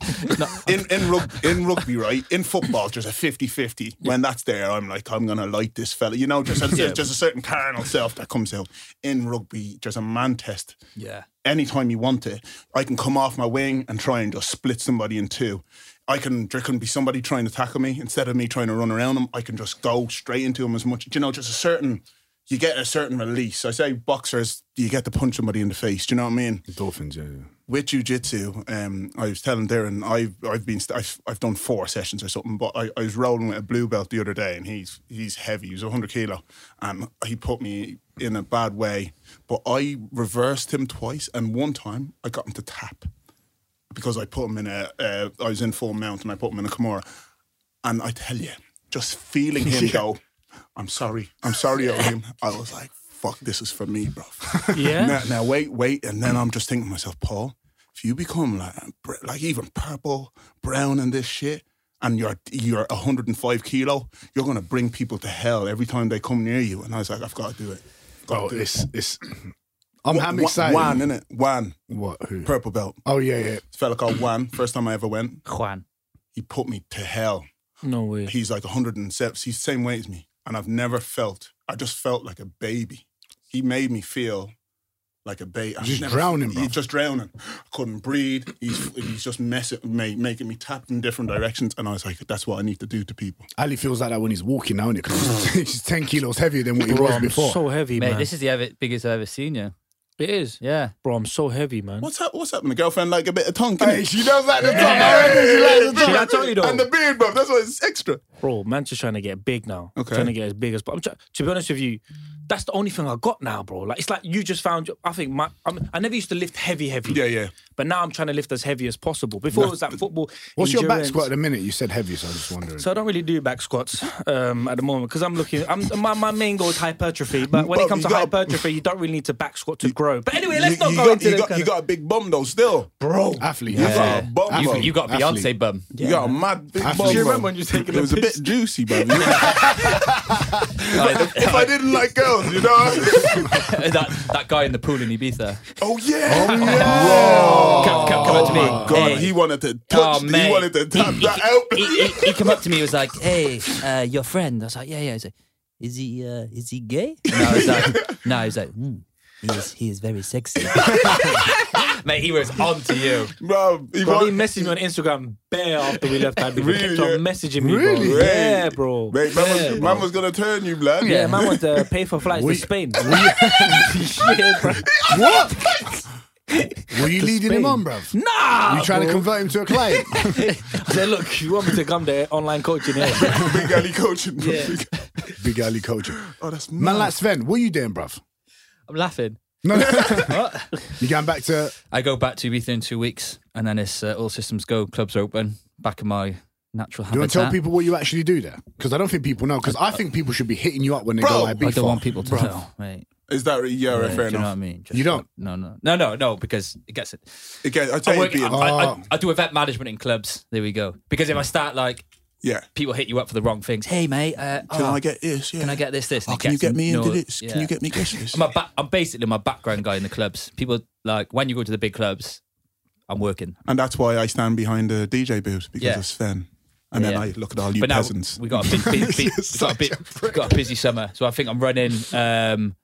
[SPEAKER 5] in in rug- in rugby, right? In football, there's a 50-50. When that's there, I'm like, I'm gonna like this fella. You know, just a, there's just a certain carnal self that comes out. In rugby, there's a man test
[SPEAKER 7] Yeah.
[SPEAKER 5] anytime you want it. I can come off my wing and try and just split somebody in two. I can there can be somebody trying to tackle me instead of me trying to run around them. I can just go straight into them as much. You know, just a certain you get a certain release. I say boxers, you get to punch somebody in the face. Do you know what I mean?
[SPEAKER 3] Dolphins, yeah. yeah.
[SPEAKER 5] with jujitsu, um, I was telling Darren, I've I've been st- I've, I've done four sessions or something, but I, I was rolling with a blue belt the other day, and he's he's heavy, he's hundred kilo, and he put me in a bad way, but I reversed him twice, and one time I got him to tap because I put him in a uh, I was in full mount and I put him in a Kimura, and I tell you, just feeling him go, I'm sorry, I'm sorry, him. I was like, fuck, this is for me, bro.
[SPEAKER 6] Yeah.
[SPEAKER 5] Now, now wait, wait, and then I'm just thinking to myself, Paul, if you become like br- like even purple, brown, and this shit, and you're you're 105 kilo, you're gonna bring people to hell every time they come near you. And I was like, I've got to do it.
[SPEAKER 3] Oh, it's it's. I'm, I'm
[SPEAKER 5] Wa-
[SPEAKER 3] excited.
[SPEAKER 5] Wan, innit? Wan,
[SPEAKER 3] What? Who?
[SPEAKER 5] purple belt.
[SPEAKER 3] Oh yeah, yeah.
[SPEAKER 5] This fella called Wan. First time I ever went,
[SPEAKER 7] Juan.
[SPEAKER 5] he put me to hell.
[SPEAKER 6] No way.
[SPEAKER 5] He's like 107. He's the same weight as me, and I've never felt. I just felt like a baby. He made me feel like a baby.
[SPEAKER 3] Just drowning, bro.
[SPEAKER 5] He's just drowning. I couldn't breathe. He's he's just messing, ma- making me tap in different directions, and I was like, that's what I need to do to people.
[SPEAKER 3] Ali feels like that when he's walking now, innit?
[SPEAKER 5] Mm.
[SPEAKER 3] 'Cause he's, he's ten kilos heavier than what he
[SPEAKER 6] Bro,
[SPEAKER 3] was
[SPEAKER 6] I'm
[SPEAKER 3] before.
[SPEAKER 6] so heavy,
[SPEAKER 7] Mate,
[SPEAKER 6] man.
[SPEAKER 7] this is the ever, biggest I've ever seen you.
[SPEAKER 6] it is.
[SPEAKER 7] Yeah.
[SPEAKER 6] Bro, I'm so heavy, man.
[SPEAKER 5] What's up? What's happening? Girlfriend like a bit of tongue.
[SPEAKER 3] Hey,
[SPEAKER 5] innit?
[SPEAKER 3] she knows that the top.
[SPEAKER 5] I reckon she likes the tongue.
[SPEAKER 6] I told you though.
[SPEAKER 5] And the beard, bro. That's why it's extra.
[SPEAKER 6] Bro, man's just trying to get big now.
[SPEAKER 5] Okay.
[SPEAKER 6] Trying to get as big as. But I'm try- to be honest with you, that's the only thing I got now, bro. Like it's like you just found. your- I think my I'm, I never used to lift heavy, heavy.
[SPEAKER 5] Yeah, yeah.
[SPEAKER 6] But now I'm trying to lift as heavy as possible. Before it was like football.
[SPEAKER 3] What's your back
[SPEAKER 6] endurance.
[SPEAKER 3] squat at the minute? You said heavy, so I was just wondering.
[SPEAKER 6] So I don't really do back squats um, at the moment because I'm looking. I'm, my, my main goal is hypertrophy, but when
[SPEAKER 5] But
[SPEAKER 6] it comes
[SPEAKER 5] you
[SPEAKER 6] to
[SPEAKER 5] got-
[SPEAKER 6] hypertrophy, you don't really need to back squat to grow. But anyway, let's
[SPEAKER 5] you,
[SPEAKER 6] not
[SPEAKER 5] you
[SPEAKER 6] go
[SPEAKER 5] got,
[SPEAKER 6] into
[SPEAKER 5] you
[SPEAKER 6] this
[SPEAKER 5] got,
[SPEAKER 6] kind
[SPEAKER 5] you
[SPEAKER 6] of-
[SPEAKER 5] got a big bum though, still, bro.
[SPEAKER 3] Athlete.
[SPEAKER 5] You got a
[SPEAKER 3] Yeah.
[SPEAKER 5] bum.
[SPEAKER 3] Athlete.
[SPEAKER 5] bro.
[SPEAKER 7] You, you got a Beyonce
[SPEAKER 3] Athlete.
[SPEAKER 7] bum.
[SPEAKER 5] You got a mad big
[SPEAKER 3] Athlete.
[SPEAKER 5] bum.
[SPEAKER 3] Do you
[SPEAKER 5] bro.
[SPEAKER 6] remember when you was taking
[SPEAKER 5] It
[SPEAKER 6] the
[SPEAKER 5] was a
[SPEAKER 6] piss?
[SPEAKER 5] bit juicy, bro. if I didn't like girls, you know.
[SPEAKER 7] that that guy in the pool in Ibiza.
[SPEAKER 5] Oh yeah. Oh
[SPEAKER 7] Come, come, come up to me.
[SPEAKER 5] God,
[SPEAKER 7] Hey. Oh,
[SPEAKER 5] he wanted to touch. he
[SPEAKER 7] mate.
[SPEAKER 5] wanted to tap that out.
[SPEAKER 7] he, he, he come up to me. He was like, "Hey, uh, your friend." I was like, "Yeah, yeah." He's like, "Is he uh, is he gay?" And I was like, "No." He's like, "Hmm, "He is he is very sexy." Mate, he was on to you.
[SPEAKER 5] bro, he
[SPEAKER 6] Bro, he
[SPEAKER 5] wanted.
[SPEAKER 6] messaged me on Instagram bare after we left. That really,
[SPEAKER 5] Really,
[SPEAKER 6] kept on
[SPEAKER 5] yeah.
[SPEAKER 6] messaging me,
[SPEAKER 3] Really?
[SPEAKER 6] bro. Yeah,
[SPEAKER 5] Mate,
[SPEAKER 6] bro.
[SPEAKER 5] Mate, man, was, man was gonna turn you, blood.
[SPEAKER 6] Yeah, man wants to pay for flights
[SPEAKER 3] We-
[SPEAKER 6] to Spain. yeah, bro.
[SPEAKER 3] What? Were you leading him
[SPEAKER 6] Spain.
[SPEAKER 3] on, bruv?
[SPEAKER 6] Nah,
[SPEAKER 3] You trying to
[SPEAKER 6] bro.
[SPEAKER 3] convert him to a client?
[SPEAKER 6] I said, look, you want me to come there online coaching? Yeah.
[SPEAKER 5] Big Ali coaching. bro.
[SPEAKER 7] Yeah.
[SPEAKER 3] Big Ali coaching.
[SPEAKER 5] Oh, that's
[SPEAKER 3] Man
[SPEAKER 5] mad.
[SPEAKER 3] like Sven, what are you doing, bruv?
[SPEAKER 7] I'm laughing.
[SPEAKER 3] No, no. you going back to
[SPEAKER 7] I go back to Ibiza in two weeks, and then it's uh, all systems go. Clubs open. Back in my natural
[SPEAKER 3] Do you
[SPEAKER 7] habitat.
[SPEAKER 3] want to tell people what you actually do there? Because I don't think people know. Because I think people should be hitting you up when they
[SPEAKER 5] Bro,
[SPEAKER 3] go
[SPEAKER 5] I
[SPEAKER 3] Ibiza.
[SPEAKER 7] I don't want people to know, mate.
[SPEAKER 5] Is that yeah? right,
[SPEAKER 7] Mate,
[SPEAKER 5] fair
[SPEAKER 7] do you know what I
[SPEAKER 5] enough.
[SPEAKER 7] mean? Just
[SPEAKER 3] You don't?
[SPEAKER 7] No, no, no, no, no, because it gets it.
[SPEAKER 5] Again, I tell
[SPEAKER 7] I,
[SPEAKER 5] you,
[SPEAKER 7] work, I,
[SPEAKER 5] being,
[SPEAKER 7] I, I,
[SPEAKER 3] Oh.
[SPEAKER 7] I do event management in clubs. There we go. Because if I start like
[SPEAKER 5] Yeah.
[SPEAKER 7] people hit you up for the wrong things. Hey, mate, uh,
[SPEAKER 5] Can
[SPEAKER 7] oh,
[SPEAKER 5] I get this? Yeah.
[SPEAKER 7] Can I get this? This?
[SPEAKER 5] Oh,
[SPEAKER 7] And
[SPEAKER 5] can you
[SPEAKER 7] gets
[SPEAKER 5] get me into
[SPEAKER 7] no-
[SPEAKER 5] this?
[SPEAKER 7] yeah.
[SPEAKER 5] Can you get me this? this?
[SPEAKER 7] I'm, a ba- I'm basically my background guy in the clubs. People like when you go to the big clubs, I'm working.
[SPEAKER 5] and that's why I stand behind the DJ booth because
[SPEAKER 7] Yeah.
[SPEAKER 5] of Sven. And then
[SPEAKER 7] Yeah.
[SPEAKER 5] I look at all you
[SPEAKER 7] but now
[SPEAKER 5] peasants.
[SPEAKER 7] we got a big, big, big we got a big, we got a busy summer. So I think I'm running um,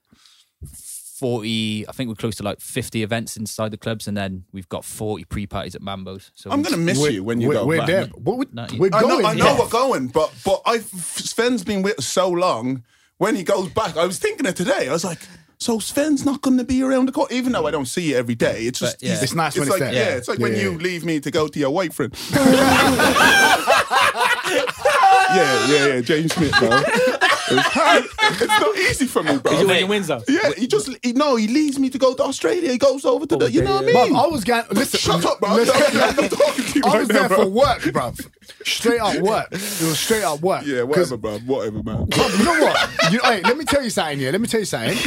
[SPEAKER 7] forty. I think we're close to like fifty events inside the clubs, and then we've got forty pre-parties at Mambo's. So
[SPEAKER 5] I'm gonna miss you when you
[SPEAKER 3] we're,
[SPEAKER 5] go
[SPEAKER 3] We're
[SPEAKER 5] back.
[SPEAKER 3] there. What would-
[SPEAKER 7] No, you-
[SPEAKER 3] we're
[SPEAKER 5] I know,
[SPEAKER 3] going.
[SPEAKER 5] I know
[SPEAKER 3] yeah.
[SPEAKER 5] we're going, but but I Sven's been with us so long. When he goes back, I was thinking it today. I was like, so Sven's not going to be around the court, even though I don't see you every day. It's just
[SPEAKER 7] But, yeah.
[SPEAKER 5] he's-
[SPEAKER 7] It's
[SPEAKER 3] nice when it's
[SPEAKER 5] like,
[SPEAKER 3] there.
[SPEAKER 5] Yeah,
[SPEAKER 3] Yeah.
[SPEAKER 5] it's like
[SPEAKER 3] Yeah,
[SPEAKER 5] when
[SPEAKER 3] yeah,
[SPEAKER 5] you
[SPEAKER 3] yeah.
[SPEAKER 5] leave me to go to your white friend. yeah, yeah, yeah, James Smith, bro. It's hard. It's not easy for me, bro.
[SPEAKER 6] Is it when you wins though?
[SPEAKER 5] Yeah, he just he, no, he leaves me to go to Australia. He goes over to
[SPEAKER 6] Oh,
[SPEAKER 5] the, you know what I
[SPEAKER 3] Bruv,
[SPEAKER 5] mean?
[SPEAKER 3] I was going. Listen,
[SPEAKER 5] Shut up, bro.
[SPEAKER 3] listen.
[SPEAKER 5] I'm not talking to you
[SPEAKER 3] I
[SPEAKER 5] right
[SPEAKER 3] was
[SPEAKER 5] now,
[SPEAKER 3] there
[SPEAKER 5] bro.
[SPEAKER 3] for work, bruv. Straight up work. It was straight up work.
[SPEAKER 5] Yeah,
[SPEAKER 3] 'Cause,
[SPEAKER 5] whatever, bro. Whatever, man.
[SPEAKER 3] bruv, you know what? You, hey, let me tell you something. Yeah, let me tell you something.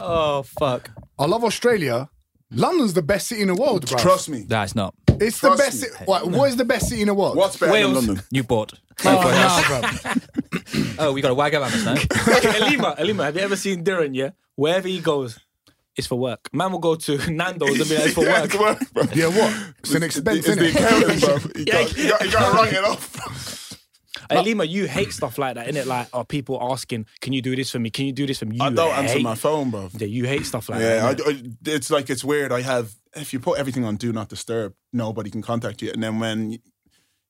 [SPEAKER 7] oh fuck,
[SPEAKER 3] I love Australia. London's the best city in the world, bruv.
[SPEAKER 5] Trust me.
[SPEAKER 7] that's not
[SPEAKER 3] It's the
[SPEAKER 5] trust
[SPEAKER 3] best.
[SPEAKER 5] me.
[SPEAKER 3] City, what, what is the best city in the world?
[SPEAKER 5] What's better
[SPEAKER 6] Wales.
[SPEAKER 5] than London?
[SPEAKER 7] you bought.
[SPEAKER 3] Oh, nah, bruv.
[SPEAKER 7] Oh, we got a wag about us now.
[SPEAKER 6] Elima, Elima, have you ever seen Duran? Yeah, wherever he goes, it's for work. Man will go to Nando's and be like, it's for
[SPEAKER 5] Yeah,
[SPEAKER 6] work.
[SPEAKER 5] it's work, bro.
[SPEAKER 3] Yeah, what? It's an expense,
[SPEAKER 5] It's the
[SPEAKER 3] innit?
[SPEAKER 5] accountant, bro. You got, you got, you got to write it off.
[SPEAKER 6] Elima, you hate stuff like that, innit? Like, are people asking, can you do this for me? Can you do this for me? You
[SPEAKER 5] I don't
[SPEAKER 6] hate,
[SPEAKER 5] answer my phone, bro.
[SPEAKER 6] Yeah, you hate stuff like
[SPEAKER 5] Yeah,
[SPEAKER 6] that.
[SPEAKER 5] I, I, it's like it's weird. I have if you put everything on do not disturb, nobody can contact you. And then when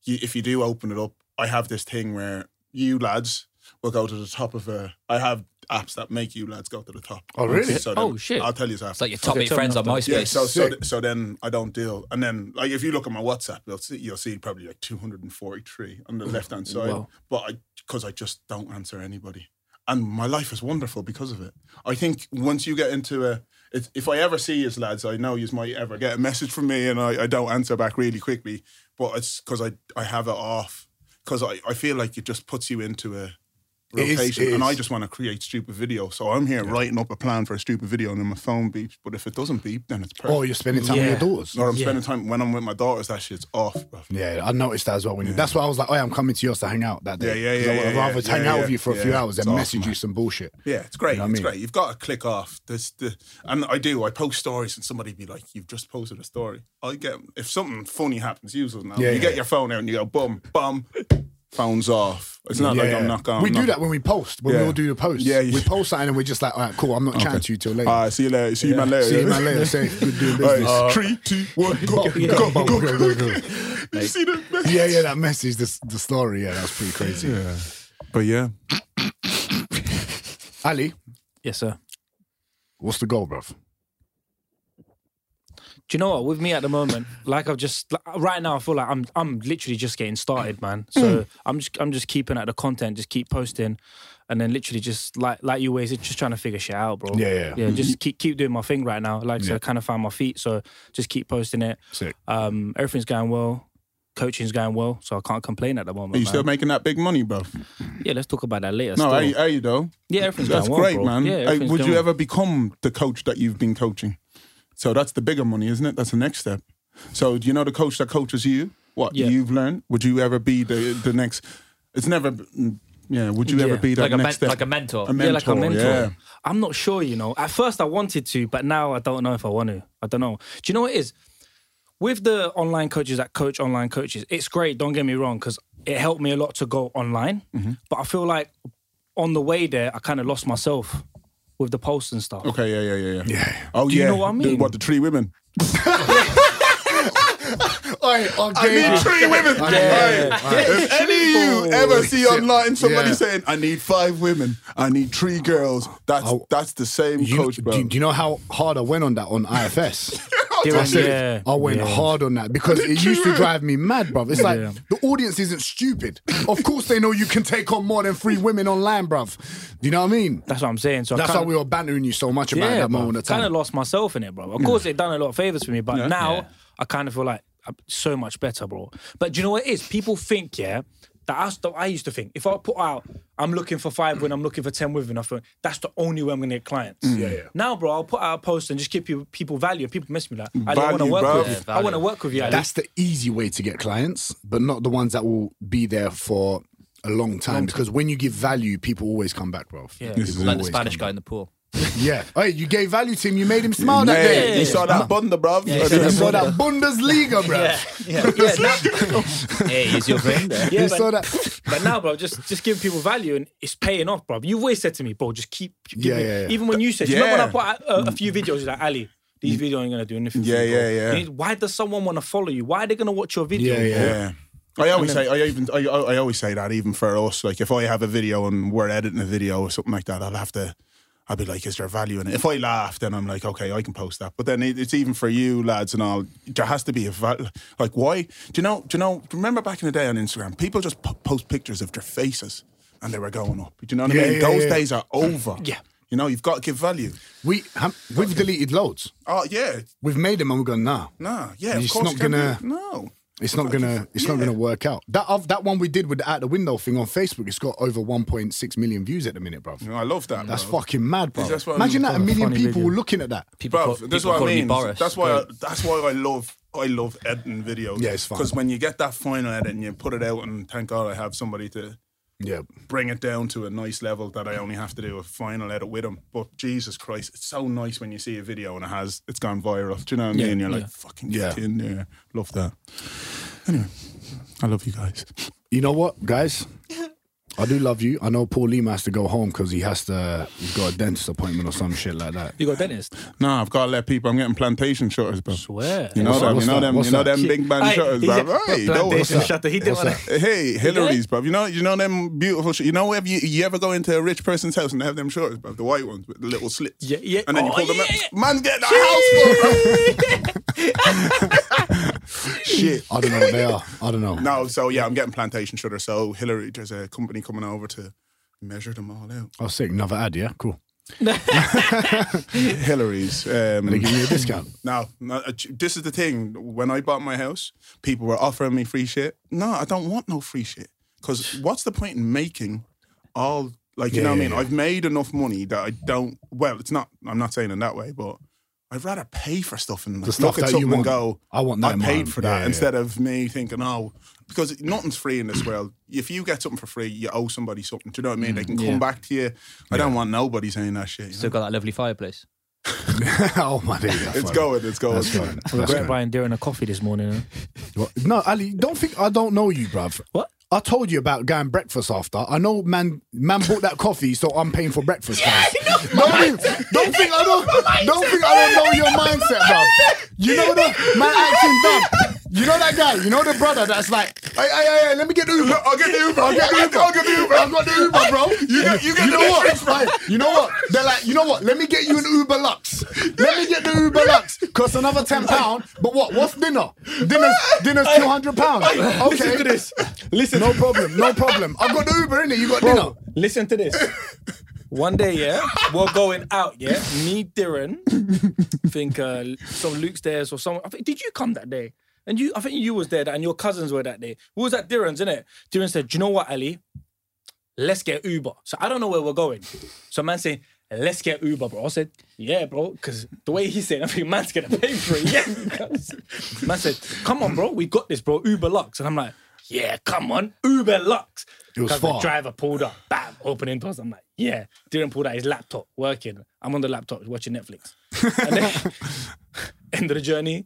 [SPEAKER 5] you, if you do open it up, I have this thing where you lads will go to the top of a. I have apps that make you lads go to the top.
[SPEAKER 3] Oh, really?
[SPEAKER 5] So
[SPEAKER 7] Oh,
[SPEAKER 5] then-
[SPEAKER 7] shit.
[SPEAKER 5] I'll tell you after.
[SPEAKER 7] It's like your top
[SPEAKER 6] Okay,
[SPEAKER 7] eight
[SPEAKER 6] tell me
[SPEAKER 7] friends on
[SPEAKER 6] after.
[SPEAKER 7] MySpace.
[SPEAKER 5] Yeah, so so,
[SPEAKER 3] Sick.
[SPEAKER 5] th- so then I don't deal, and then like if you look at my WhatsApp, you'll see you'll see probably like two hundred and forty three on the
[SPEAKER 3] Oh,
[SPEAKER 5] left hand side,
[SPEAKER 6] Wow.
[SPEAKER 5] but I because I just don't answer anybody, and my life is wonderful because of it. I think once you get into a it's, if I ever see you lads, I know you might ever get a message from me, and I, I don't answer back really quickly, but it's because I I have it off because I, I feel like it just puts you into a
[SPEAKER 3] It is-
[SPEAKER 5] rotation,
[SPEAKER 3] it
[SPEAKER 5] and I
[SPEAKER 3] is.
[SPEAKER 5] just want to create stupid video. So I'm here writing up a plan for a stupid video, and then my phone beeps. But if it doesn't beep, then it's perfect.
[SPEAKER 3] Oh, you're spending time with
[SPEAKER 6] Yeah.
[SPEAKER 3] your daughters.
[SPEAKER 5] Or I'm spending time when I'm with my daughters. That shit's off, bro.
[SPEAKER 3] Yeah, I noticed that as well. When you, that's why I was like, "Oh, I'm coming to yours to hang out that day."
[SPEAKER 5] Yeah, yeah,
[SPEAKER 3] 'Cause
[SPEAKER 5] yeah,
[SPEAKER 3] I would
[SPEAKER 5] yeah,
[SPEAKER 3] rather
[SPEAKER 5] yeah,
[SPEAKER 3] hang out
[SPEAKER 5] yeah,
[SPEAKER 3] with you for a
[SPEAKER 5] yeah.
[SPEAKER 3] few hours
[SPEAKER 5] It's
[SPEAKER 3] and
[SPEAKER 5] awesome,
[SPEAKER 3] message
[SPEAKER 5] man.
[SPEAKER 3] you some bullshit.
[SPEAKER 5] Yeah, it's great.
[SPEAKER 3] You know what I
[SPEAKER 5] it's
[SPEAKER 3] mean?
[SPEAKER 5] great. You've got to click off. There's the and I do. I post stories and somebody be like, "You've just posted a story." I get if something funny happens, use us now.
[SPEAKER 3] Yeah,
[SPEAKER 5] you
[SPEAKER 3] yeah,
[SPEAKER 5] get
[SPEAKER 3] yeah.
[SPEAKER 5] your phone out and you go, "Bum, bum." Phone's off. It's not like
[SPEAKER 3] Yeah.
[SPEAKER 5] I'm not going.
[SPEAKER 3] We
[SPEAKER 5] I'm
[SPEAKER 3] do
[SPEAKER 5] not-
[SPEAKER 3] that when we post. When we
[SPEAKER 5] Yeah.
[SPEAKER 3] all do the posts,
[SPEAKER 5] Yeah, you-
[SPEAKER 3] we post something and we're just like, "All right, cool. I'm not chatting to you till later.
[SPEAKER 5] All right, see you later. See you, man, later.
[SPEAKER 3] See you
[SPEAKER 5] yeah.
[SPEAKER 3] man later. Safe. Good doing
[SPEAKER 5] All
[SPEAKER 3] business."
[SPEAKER 5] right, three, two, one, go,
[SPEAKER 3] Go, go,
[SPEAKER 5] go,
[SPEAKER 3] go,
[SPEAKER 5] go, go,
[SPEAKER 3] go, go.
[SPEAKER 5] You see the message?
[SPEAKER 3] Yeah, yeah, that message, the, the story. Yeah, that's pretty crazy.
[SPEAKER 5] But yeah,
[SPEAKER 3] Ali,
[SPEAKER 6] Yes, sir.
[SPEAKER 3] what's the goal, bruv?
[SPEAKER 6] Do you know what? With me at the moment, like I've just like, right now, I feel like I'm I'm literally just getting started, man.
[SPEAKER 5] Mm.
[SPEAKER 6] So I'm just I'm just keeping at the content, just keep posting, and then literally just like like you always, just trying to figure shit out, bro.
[SPEAKER 3] Yeah, yeah.
[SPEAKER 6] yeah.
[SPEAKER 5] Mm-hmm.
[SPEAKER 6] Just keep keep doing my thing right now. Like I said, I kind of found my feet, so just keep posting it.
[SPEAKER 3] Sick.
[SPEAKER 6] Um, everything's going well. Coaching's going well, so I can't complain at the moment.
[SPEAKER 5] are you
[SPEAKER 6] man.
[SPEAKER 5] still making that big money, bro?
[SPEAKER 6] yeah, let's talk about that later.
[SPEAKER 5] No,
[SPEAKER 6] still.
[SPEAKER 5] are you, are you though?
[SPEAKER 6] yeah, everything's
[SPEAKER 5] That's
[SPEAKER 6] going well,
[SPEAKER 5] great,
[SPEAKER 6] bro.
[SPEAKER 5] man.
[SPEAKER 6] Yeah,
[SPEAKER 5] Hey,
[SPEAKER 6] everything's
[SPEAKER 5] would
[SPEAKER 6] going
[SPEAKER 5] you
[SPEAKER 6] well.
[SPEAKER 5] ever become the coach that you've been coaching? So that's the bigger money, isn't it? That's the next step. So do you know the coach that coaches you? What
[SPEAKER 6] Yeah.
[SPEAKER 5] you've learned? Would you ever be the the next? It's never. mm, Yeah. Would you ever
[SPEAKER 6] Yeah.
[SPEAKER 5] be that
[SPEAKER 7] like a men-
[SPEAKER 5] next step?
[SPEAKER 7] like a mentor.
[SPEAKER 5] A mentor.
[SPEAKER 6] yeah, like a mentor.
[SPEAKER 5] yeah.
[SPEAKER 6] I'm not sure, you know. At first, I wanted to, but now I don't know if I want to. I don't know. Do you know what it is? With the online coaches that coach online coaches, it's great. Don't get me wrong, because it helped me a lot to go online. But I feel like on the way there, I kind of lost myself with the posts and stuff.
[SPEAKER 5] Okay. Yeah. Yeah. Yeah. Yeah.
[SPEAKER 3] Yeah.
[SPEAKER 5] Oh
[SPEAKER 6] Do you
[SPEAKER 5] yeah.
[SPEAKER 6] know what I
[SPEAKER 5] The,
[SPEAKER 6] mean?
[SPEAKER 5] what the three women?
[SPEAKER 3] I,
[SPEAKER 5] I need three women.
[SPEAKER 3] yeah,
[SPEAKER 5] Aye. If any of you ever see online somebody
[SPEAKER 3] Yeah.
[SPEAKER 5] saying, "I need five women, I need three girls," that's
[SPEAKER 3] Oh.
[SPEAKER 5] that's the same
[SPEAKER 3] You,
[SPEAKER 5] coach, bro.
[SPEAKER 3] do, do you know how hard I went on that on IFS?
[SPEAKER 6] Duran,
[SPEAKER 3] I said
[SPEAKER 6] yeah,
[SPEAKER 3] I went
[SPEAKER 6] yeah.
[SPEAKER 3] hard on that because it used to drive me mad, bruv. It's like
[SPEAKER 6] Yeah.
[SPEAKER 3] the audience isn't stupid. Of course they know you can take on more than three women online, bruv. Do you know what I mean?
[SPEAKER 6] That's what I'm saying. So
[SPEAKER 3] That's
[SPEAKER 6] I
[SPEAKER 3] why
[SPEAKER 6] kinda,
[SPEAKER 3] we were bantering you so much about that moment of
[SPEAKER 6] kind of
[SPEAKER 3] time.
[SPEAKER 6] lost myself in it, bro. Of course, it done a lot of favors for me, but now
[SPEAKER 7] Yeah.
[SPEAKER 6] I kind of feel like I'm so much better, bro. But do you know what it is? People think, yeah, That that's the- I used to think. If I put out, I'm looking for five when I'm looking for ten women. I thought that's the only way I'm gonna get clients. Yeah,
[SPEAKER 3] yeah.
[SPEAKER 6] Now, bro, I'll put out a post and just give people people value. People mess with me like, I want to
[SPEAKER 5] Value,
[SPEAKER 6] work
[SPEAKER 5] bro.
[SPEAKER 6] with. you. I want to work with you. Ali.
[SPEAKER 3] That's the easy way to get clients, but not the ones that will be there for a long time. because when you give value, people always come back, bro.
[SPEAKER 6] Yeah.
[SPEAKER 3] People
[SPEAKER 7] Like the
[SPEAKER 3] always
[SPEAKER 7] Spanish
[SPEAKER 3] come
[SPEAKER 7] guy in the pool.
[SPEAKER 3] back. Yeah. Hey, you gave value to him. You made him smile that
[SPEAKER 5] Mate,
[SPEAKER 3] day.
[SPEAKER 5] you saw that bunda, bruv.
[SPEAKER 7] you
[SPEAKER 5] I
[SPEAKER 7] saw
[SPEAKER 5] mean,
[SPEAKER 3] You
[SPEAKER 7] that
[SPEAKER 3] saw that Bundesliga, bro.
[SPEAKER 7] Yeah, yeah. hey, he's your friend. eh?
[SPEAKER 6] Yeah,
[SPEAKER 3] You
[SPEAKER 6] but-
[SPEAKER 3] saw that.
[SPEAKER 6] But now, bro, just just giving people value and it's paying off, bro. You've always said to me, bro, just keep. keep
[SPEAKER 3] Yeah,
[SPEAKER 6] me-
[SPEAKER 3] yeah, yeah. Mm.
[SPEAKER 6] Even when you said, you remember when I
[SPEAKER 5] Yeah.
[SPEAKER 6] put out uh, a, a few videos, you're like Ali, these videos ain't gonna do anything. for
[SPEAKER 5] Yeah,
[SPEAKER 6] you, bro.
[SPEAKER 5] yeah, yeah.
[SPEAKER 6] You need- why does someone want to follow you? Why are they gonna watch your video?
[SPEAKER 3] Yeah, yeah.
[SPEAKER 5] Yeah. I always say I even I, I I always say that even for us like if I have a video and we're editing a video or something like that I'll have to I'll be like is there value in it if I laugh then I'm like okay I can post that but then it, it's even for you lads and all there has to be a val- like why do you know do you know remember back in the day on Instagram people just po- post pictures of their faces and they were going up do you know what
[SPEAKER 3] Yeah,
[SPEAKER 5] I mean
[SPEAKER 3] yeah,
[SPEAKER 5] those
[SPEAKER 3] yeah.
[SPEAKER 5] days are over
[SPEAKER 6] Yeah.
[SPEAKER 5] you know you've got to give value
[SPEAKER 3] We ham- we've deleted loads.
[SPEAKER 5] oh yeah
[SPEAKER 3] We've made them and we've gone nah.
[SPEAKER 5] nah yeah
[SPEAKER 3] It's
[SPEAKER 5] of course
[SPEAKER 3] not
[SPEAKER 5] you can
[SPEAKER 3] gonna-
[SPEAKER 5] do- no
[SPEAKER 3] It's not gonna. It's not
[SPEAKER 5] Yeah.
[SPEAKER 3] gonna work out. That of that one we did with the out the window thing on Facebook. It's got over 1.6 million views at the minute, bro.
[SPEAKER 5] You know, I love that
[SPEAKER 3] That's
[SPEAKER 5] bro.
[SPEAKER 3] fucking mad, bro.
[SPEAKER 5] That's what I
[SPEAKER 3] Imagine
[SPEAKER 5] mean.
[SPEAKER 3] that a million
[SPEAKER 6] Funny
[SPEAKER 3] people
[SPEAKER 6] video.
[SPEAKER 3] were looking at that.
[SPEAKER 7] People
[SPEAKER 5] Bro,
[SPEAKER 7] call-
[SPEAKER 5] that's
[SPEAKER 7] people
[SPEAKER 5] what I
[SPEAKER 7] call me
[SPEAKER 5] mean.
[SPEAKER 7] Boris.
[SPEAKER 5] That's why. I, that's why I love. I love editing videos.
[SPEAKER 3] Yeah, it's fun.
[SPEAKER 5] Because when you get that final edit and you put it out, and thank God I have somebody to
[SPEAKER 3] Yeah,
[SPEAKER 5] bring it down to a nice level that I only have to do a final edit with them. But Jesus Christ, it's so nice when you see a video and it has it's gone viral. Do you know what I mean? You're like fucking get
[SPEAKER 3] Yeah.
[SPEAKER 5] in there. Love that. Anyway, I love you guys.
[SPEAKER 3] You know what, guys? I do love you. I know Paul Lima has to go home because he has to. He's got a dentist appointment or some shit like that.
[SPEAKER 6] You got a dentist.
[SPEAKER 5] No, I've got to let people. I'm getting plantation shutters, bro.
[SPEAKER 6] Swear.
[SPEAKER 5] You know
[SPEAKER 3] What's
[SPEAKER 5] them.
[SPEAKER 3] that?
[SPEAKER 5] you know them.
[SPEAKER 3] What's
[SPEAKER 5] you know
[SPEAKER 3] that?
[SPEAKER 5] them big man
[SPEAKER 6] Aye,
[SPEAKER 5] shutters,
[SPEAKER 6] he's
[SPEAKER 5] bro.
[SPEAKER 6] a-
[SPEAKER 5] Hey, don't-
[SPEAKER 6] plantation shutter. He didn't
[SPEAKER 3] What's
[SPEAKER 6] want
[SPEAKER 3] that?
[SPEAKER 6] to.
[SPEAKER 5] Hey, Hillary's, bruv. You know, you know them beautiful. Sh- you know, if you you ever go into a rich person's house and they have them shorts, bruv, the white ones with the little slits.
[SPEAKER 6] Yeah, yeah.
[SPEAKER 5] And then you
[SPEAKER 6] Oh,
[SPEAKER 5] pull them
[SPEAKER 6] yeah,
[SPEAKER 5] out. Man's getting a house, bruv.
[SPEAKER 3] Shit, I don't know what they are. I don't know.
[SPEAKER 5] no, so yeah, I'm getting plantation shutter. So Hillary, there's a company coming over to measure them all out.
[SPEAKER 3] I'll Oh, sick. Another ad, yeah, cool.
[SPEAKER 5] Hillary's. Um,
[SPEAKER 3] They give me a discount.
[SPEAKER 5] No, no, uh, this is the thing. When I bought my house, people were offering me free shit. No, I don't want no free shit. Because what's the point in making all, like, you know what I mean? I've made enough money that I don't, well, it's not, I'm not saying it that way, but I'd rather pay for stuff and like,
[SPEAKER 3] stuff
[SPEAKER 5] look at
[SPEAKER 3] that you
[SPEAKER 5] something and
[SPEAKER 3] want.
[SPEAKER 5] go,
[SPEAKER 3] I want that in
[SPEAKER 5] I paid
[SPEAKER 3] mine.
[SPEAKER 5] for
[SPEAKER 3] Yeah,
[SPEAKER 5] that
[SPEAKER 3] yeah,
[SPEAKER 5] instead of me thinking, oh, because nothing's free in this world. If you get something for free, you owe somebody something. Do you know what I mean?
[SPEAKER 3] Mm,
[SPEAKER 5] They can come back to you. I don't want nobody saying that shit. you
[SPEAKER 7] Still
[SPEAKER 5] know?
[SPEAKER 7] got that lovely fireplace.
[SPEAKER 3] oh my days. that's
[SPEAKER 5] It's
[SPEAKER 3] funny.
[SPEAKER 5] going, it's going.
[SPEAKER 3] That's fine. That's
[SPEAKER 6] Regret
[SPEAKER 3] fine.
[SPEAKER 6] buying during a coffee this morning. huh?
[SPEAKER 3] What? No, Ali, don't think I don't know you, bruv.
[SPEAKER 6] What?
[SPEAKER 3] I told you about going breakfast after. I know man man bought that coffee, so I'm paying for breakfast. guys. don't, think, don't think I don't don't think I don't know your mindset, bruv. You know the man acting dumb. You know that guy, you know the brother that's like, hey, hey, hey, hey, let me get the Uber. I'll get the Uber. I'll get the Uber. I'll get the Uber. I've got the Uber, bro. You, get, you, know what? Right, you know what? They're like, you know what? Let me get you an Uber Lux. Let me get the Uber Lux. Cost another ten pound. But what? What's dinner? Dinner's dinner's two hundred pounds. Okay.
[SPEAKER 6] Listen to this. Listen.
[SPEAKER 3] No problem. No problem. I've got the Uber in it. You got dinner.
[SPEAKER 6] Bro, listen to this. One day, yeah, we're going out, yeah. Me, Darren, I think uh, some Luke's there or someone. I think, did you come that day? And you, I think you was there, and your cousins were that day. We was at Darren's, innit? Darren said, "Do you know what, Ali? Let's get Uber." So I don't know where we're going. So man saying, "Let's get Uber, bro." I said, "Yeah, bro," because the way he said, I think man's gonna pay for it. Yeah, man said, "Come on, bro, we got this, bro. Uber Lux," and I'm like. Yeah, come on, Uber Lux.
[SPEAKER 3] It was
[SPEAKER 6] 'Cause the
[SPEAKER 3] far.
[SPEAKER 6] driver pulled up, bam, opening doors. I'm like, yeah. Didn't pull out his laptop, working. I'm on the laptop watching Netflix. And then, end of the journey,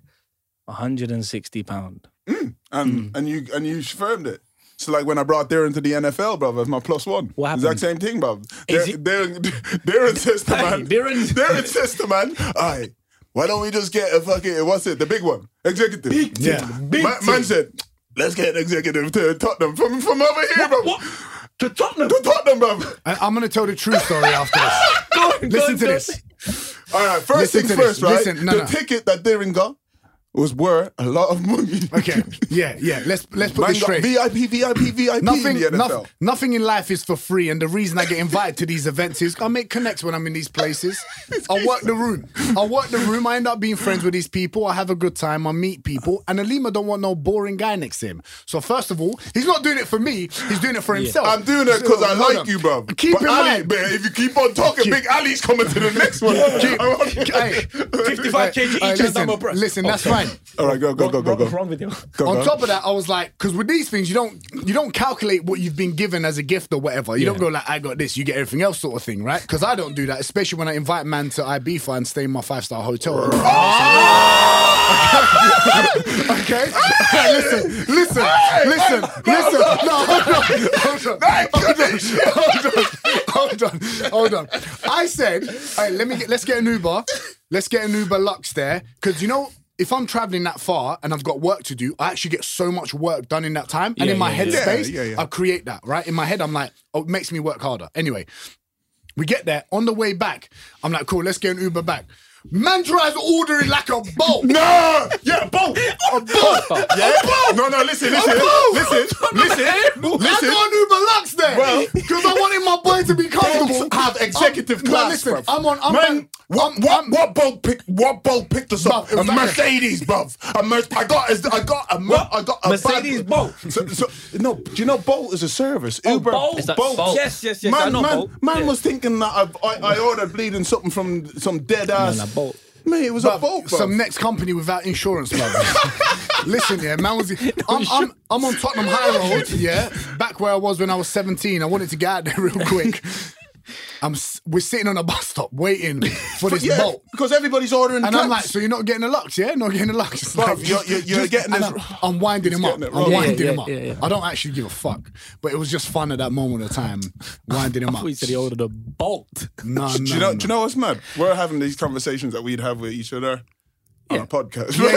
[SPEAKER 6] 160 pound.
[SPEAKER 5] and
[SPEAKER 6] Hmm.
[SPEAKER 5] and you and you firmed it. So like when I brought Darren to the NFL, brother, as my plus one.
[SPEAKER 6] What
[SPEAKER 5] Exact same thing, brother.
[SPEAKER 6] Is
[SPEAKER 5] Darren,
[SPEAKER 6] it-
[SPEAKER 5] Darren, Darren says to
[SPEAKER 6] Hey,
[SPEAKER 5] man,
[SPEAKER 6] Darren-
[SPEAKER 5] Darren says to man, aye, why don't we just get a fucking what's it, the big one, executive? Big
[SPEAKER 3] Yeah.
[SPEAKER 6] big
[SPEAKER 5] man,
[SPEAKER 6] team.
[SPEAKER 5] man said, let's get an executive to Tottenham from from over here, bro.
[SPEAKER 6] What? To Tottenham.
[SPEAKER 5] To Tottenham, bro.
[SPEAKER 3] I, I'm gonna tell the true story after this.
[SPEAKER 6] Go on, go on,
[SPEAKER 3] Listen to
[SPEAKER 6] go on.
[SPEAKER 3] this.
[SPEAKER 5] All right, first
[SPEAKER 3] Listen
[SPEAKER 5] things
[SPEAKER 3] to this.
[SPEAKER 5] first, right?
[SPEAKER 3] Listen, no,
[SPEAKER 5] the
[SPEAKER 3] no.
[SPEAKER 5] ticket that Darren got was worth a lot of money.
[SPEAKER 3] Okay. Yeah, yeah. Let's let's put
[SPEAKER 5] Man
[SPEAKER 3] this
[SPEAKER 5] got
[SPEAKER 3] straight.
[SPEAKER 5] VIP, VIP, VIP
[SPEAKER 3] Nothing,
[SPEAKER 5] in the NFL.
[SPEAKER 3] nothing, nothing in life is for free, and the reason I get invited to these events is I make connects when I'm in these places. I work the room. I work the room. I end up being friends with these people. I have a good time. I meet people, and Alima don't want no boring guy next to him. So first of all, he's not doing it for me. He's doing it for himself.
[SPEAKER 5] I'm doing it because I
[SPEAKER 3] Hold
[SPEAKER 5] like
[SPEAKER 3] on.
[SPEAKER 5] you, bro.
[SPEAKER 3] Keep
[SPEAKER 5] but
[SPEAKER 3] in
[SPEAKER 5] Ali,
[SPEAKER 3] mind.
[SPEAKER 5] but if you keep on talking, Big Ali's coming to the next one.
[SPEAKER 3] Keep- hey,
[SPEAKER 6] 55 kg
[SPEAKER 3] hey,
[SPEAKER 6] each and
[SPEAKER 3] listen,
[SPEAKER 6] double breast.
[SPEAKER 3] listen, that's fine.
[SPEAKER 5] All right, go, go, go, go, go.
[SPEAKER 6] What's wrong with you?
[SPEAKER 5] Go,
[SPEAKER 3] on
[SPEAKER 5] go.
[SPEAKER 3] top of that, I was like, because with these things, you don't you don't calculate what you've been given as a gift or whatever. You don't go like, I got this, you get everything else, sort of thing, right? Because I don't do that, especially when I invite man to Ibiza and stay in my five star hotel. okay, listen, listen, listen, listen. No, hold on, hold on. Hold on, hold on, hold on. I said, all right, let me get, let's get an Uber. Let's get an Uber Lux there. Because, you know, if I'm traveling that far and I've got work to do, I actually get so much work done in that time. And
[SPEAKER 6] Yeah,
[SPEAKER 3] in my
[SPEAKER 6] yeah,
[SPEAKER 5] yeah.
[SPEAKER 3] headspace,
[SPEAKER 5] Yeah, yeah, yeah.
[SPEAKER 3] I create that, right? In my head, I'm like, oh, it makes me work harder. Anyway, we get there. On the way back, I'm like, cool, let's get an Uber back. Man tries ordering like a bolt.
[SPEAKER 5] No! Yeah, boom! A boom! Yeah? No, no, listen, listen, listen, listen,
[SPEAKER 3] I
[SPEAKER 5] listen.
[SPEAKER 3] got an Uber Lux
[SPEAKER 5] Well-
[SPEAKER 3] there because I wanted my boy to be comfortable.
[SPEAKER 5] Have Um, executive
[SPEAKER 3] I'm- no,
[SPEAKER 5] class.
[SPEAKER 3] listen,
[SPEAKER 5] bruv.
[SPEAKER 3] I'm on- I'm
[SPEAKER 5] man,
[SPEAKER 3] on-
[SPEAKER 5] what, what, what boat picked? What boat picked us up?
[SPEAKER 3] Bruv, it was
[SPEAKER 5] a
[SPEAKER 3] like a-
[SPEAKER 5] Mercedes, bruv. A Mer- I got, a- I got a, what? I got a
[SPEAKER 6] Mercedes
[SPEAKER 5] bad-
[SPEAKER 6] boat?
[SPEAKER 5] So, so, no, do you know Bolt is a service? Uber,
[SPEAKER 6] Bolt?
[SPEAKER 7] Is that
[SPEAKER 5] Bolt.
[SPEAKER 7] Bolt?
[SPEAKER 6] Yes, yes, yes. I
[SPEAKER 5] Man,
[SPEAKER 6] know
[SPEAKER 5] man,
[SPEAKER 6] Bolt.
[SPEAKER 5] man
[SPEAKER 6] Yeah.
[SPEAKER 5] was thinking that I've, I, I ordered bleeding something from some dead ass.
[SPEAKER 6] no, Bolt.
[SPEAKER 5] Mate, it was a boat. Bruv.
[SPEAKER 3] Some next company without insurance, brother. Listen, yeah, man was. I'm, I'm, I'm on Tottenham High Road, yeah, back where I was when I was 17. I wanted to get out there real quick. I'm, s- we're sitting on a bus stop waiting for this
[SPEAKER 5] yeah,
[SPEAKER 3] bolt.
[SPEAKER 5] because everybody's ordering.
[SPEAKER 3] And I'm like,
[SPEAKER 5] cabs.
[SPEAKER 3] so you're not getting a lux, yeah? Not getting a lux. It's
[SPEAKER 5] Bruv,
[SPEAKER 3] like-
[SPEAKER 5] you're- you're- you're getting
[SPEAKER 3] and
[SPEAKER 5] this-
[SPEAKER 3] I'm, I'm winding him up.
[SPEAKER 5] getting it wrong.
[SPEAKER 3] I'm
[SPEAKER 5] Yeah,
[SPEAKER 3] winding
[SPEAKER 6] yeah,
[SPEAKER 3] him up.
[SPEAKER 6] yeah, yeah.
[SPEAKER 3] I don't actually give a fuck, but it was just fun at that moment of time, winding him up.
[SPEAKER 6] We said he ordered a bolt.
[SPEAKER 3] No, no,
[SPEAKER 5] Do you know?
[SPEAKER 3] no.
[SPEAKER 5] Do you know what's mad? We're having these conversations that we'd have with each other on a podcast.
[SPEAKER 3] but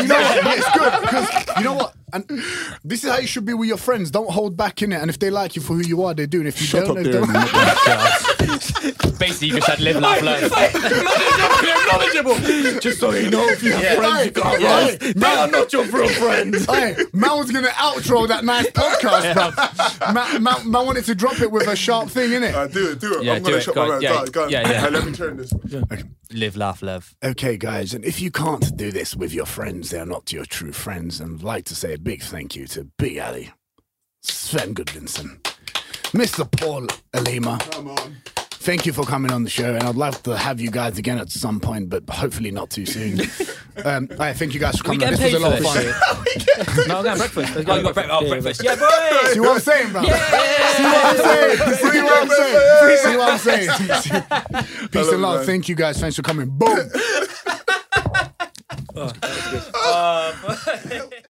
[SPEAKER 3] you know what? But it's good because you know what? And this is how you should be with your friends. Don't hold back in it. And if they like you for who you are, they do. And if you
[SPEAKER 5] Shut
[SPEAKER 3] don't,
[SPEAKER 5] up,
[SPEAKER 3] they don't.
[SPEAKER 5] Darren.
[SPEAKER 7] Basically, you just had live, laugh, learn.
[SPEAKER 6] Just so you know, if you have friends, you can't
[SPEAKER 3] Right.
[SPEAKER 6] roast. They are not your real friends.
[SPEAKER 3] Hey, man was gonna outro that nice podcast, bruv. Man, man, man wanted to drop it with a sharp thing, innit?
[SPEAKER 5] Uh, do it, do it.
[SPEAKER 7] Yeah,
[SPEAKER 5] I'm gonna
[SPEAKER 7] do it.
[SPEAKER 5] shut
[SPEAKER 7] Go
[SPEAKER 5] my mouth.
[SPEAKER 7] on. Yeah,
[SPEAKER 5] Go on, go on.
[SPEAKER 7] yeah, yeah.
[SPEAKER 5] Hey, let me turn this.
[SPEAKER 7] Live, laugh, love.
[SPEAKER 3] Okay, guys, and if you can't do this with your friends, they're not your true friends. And I'd like to say a big thank you to Big Ali, Sven Goodvinson, Mr. Paul Alima.
[SPEAKER 5] Come on.
[SPEAKER 3] Thank you for coming on the show, and I'd love to have you guys again at some point, but hopefully not too soon. um, all right, thank you guys for coming. on. This
[SPEAKER 7] getting
[SPEAKER 3] was a lot of
[SPEAKER 7] paid for
[SPEAKER 3] fun.
[SPEAKER 7] this
[SPEAKER 6] No, I'm going breakfast.
[SPEAKER 7] Oh, you got breakfast. Oh, breakfast. Yeah, boy.
[SPEAKER 3] See what I'm saying, bro? See what I'm saying? See what I'm saying? See what I'm saying? Peace and love.
[SPEAKER 5] man.
[SPEAKER 3] Thank you guys. Thanks for coming. Boom.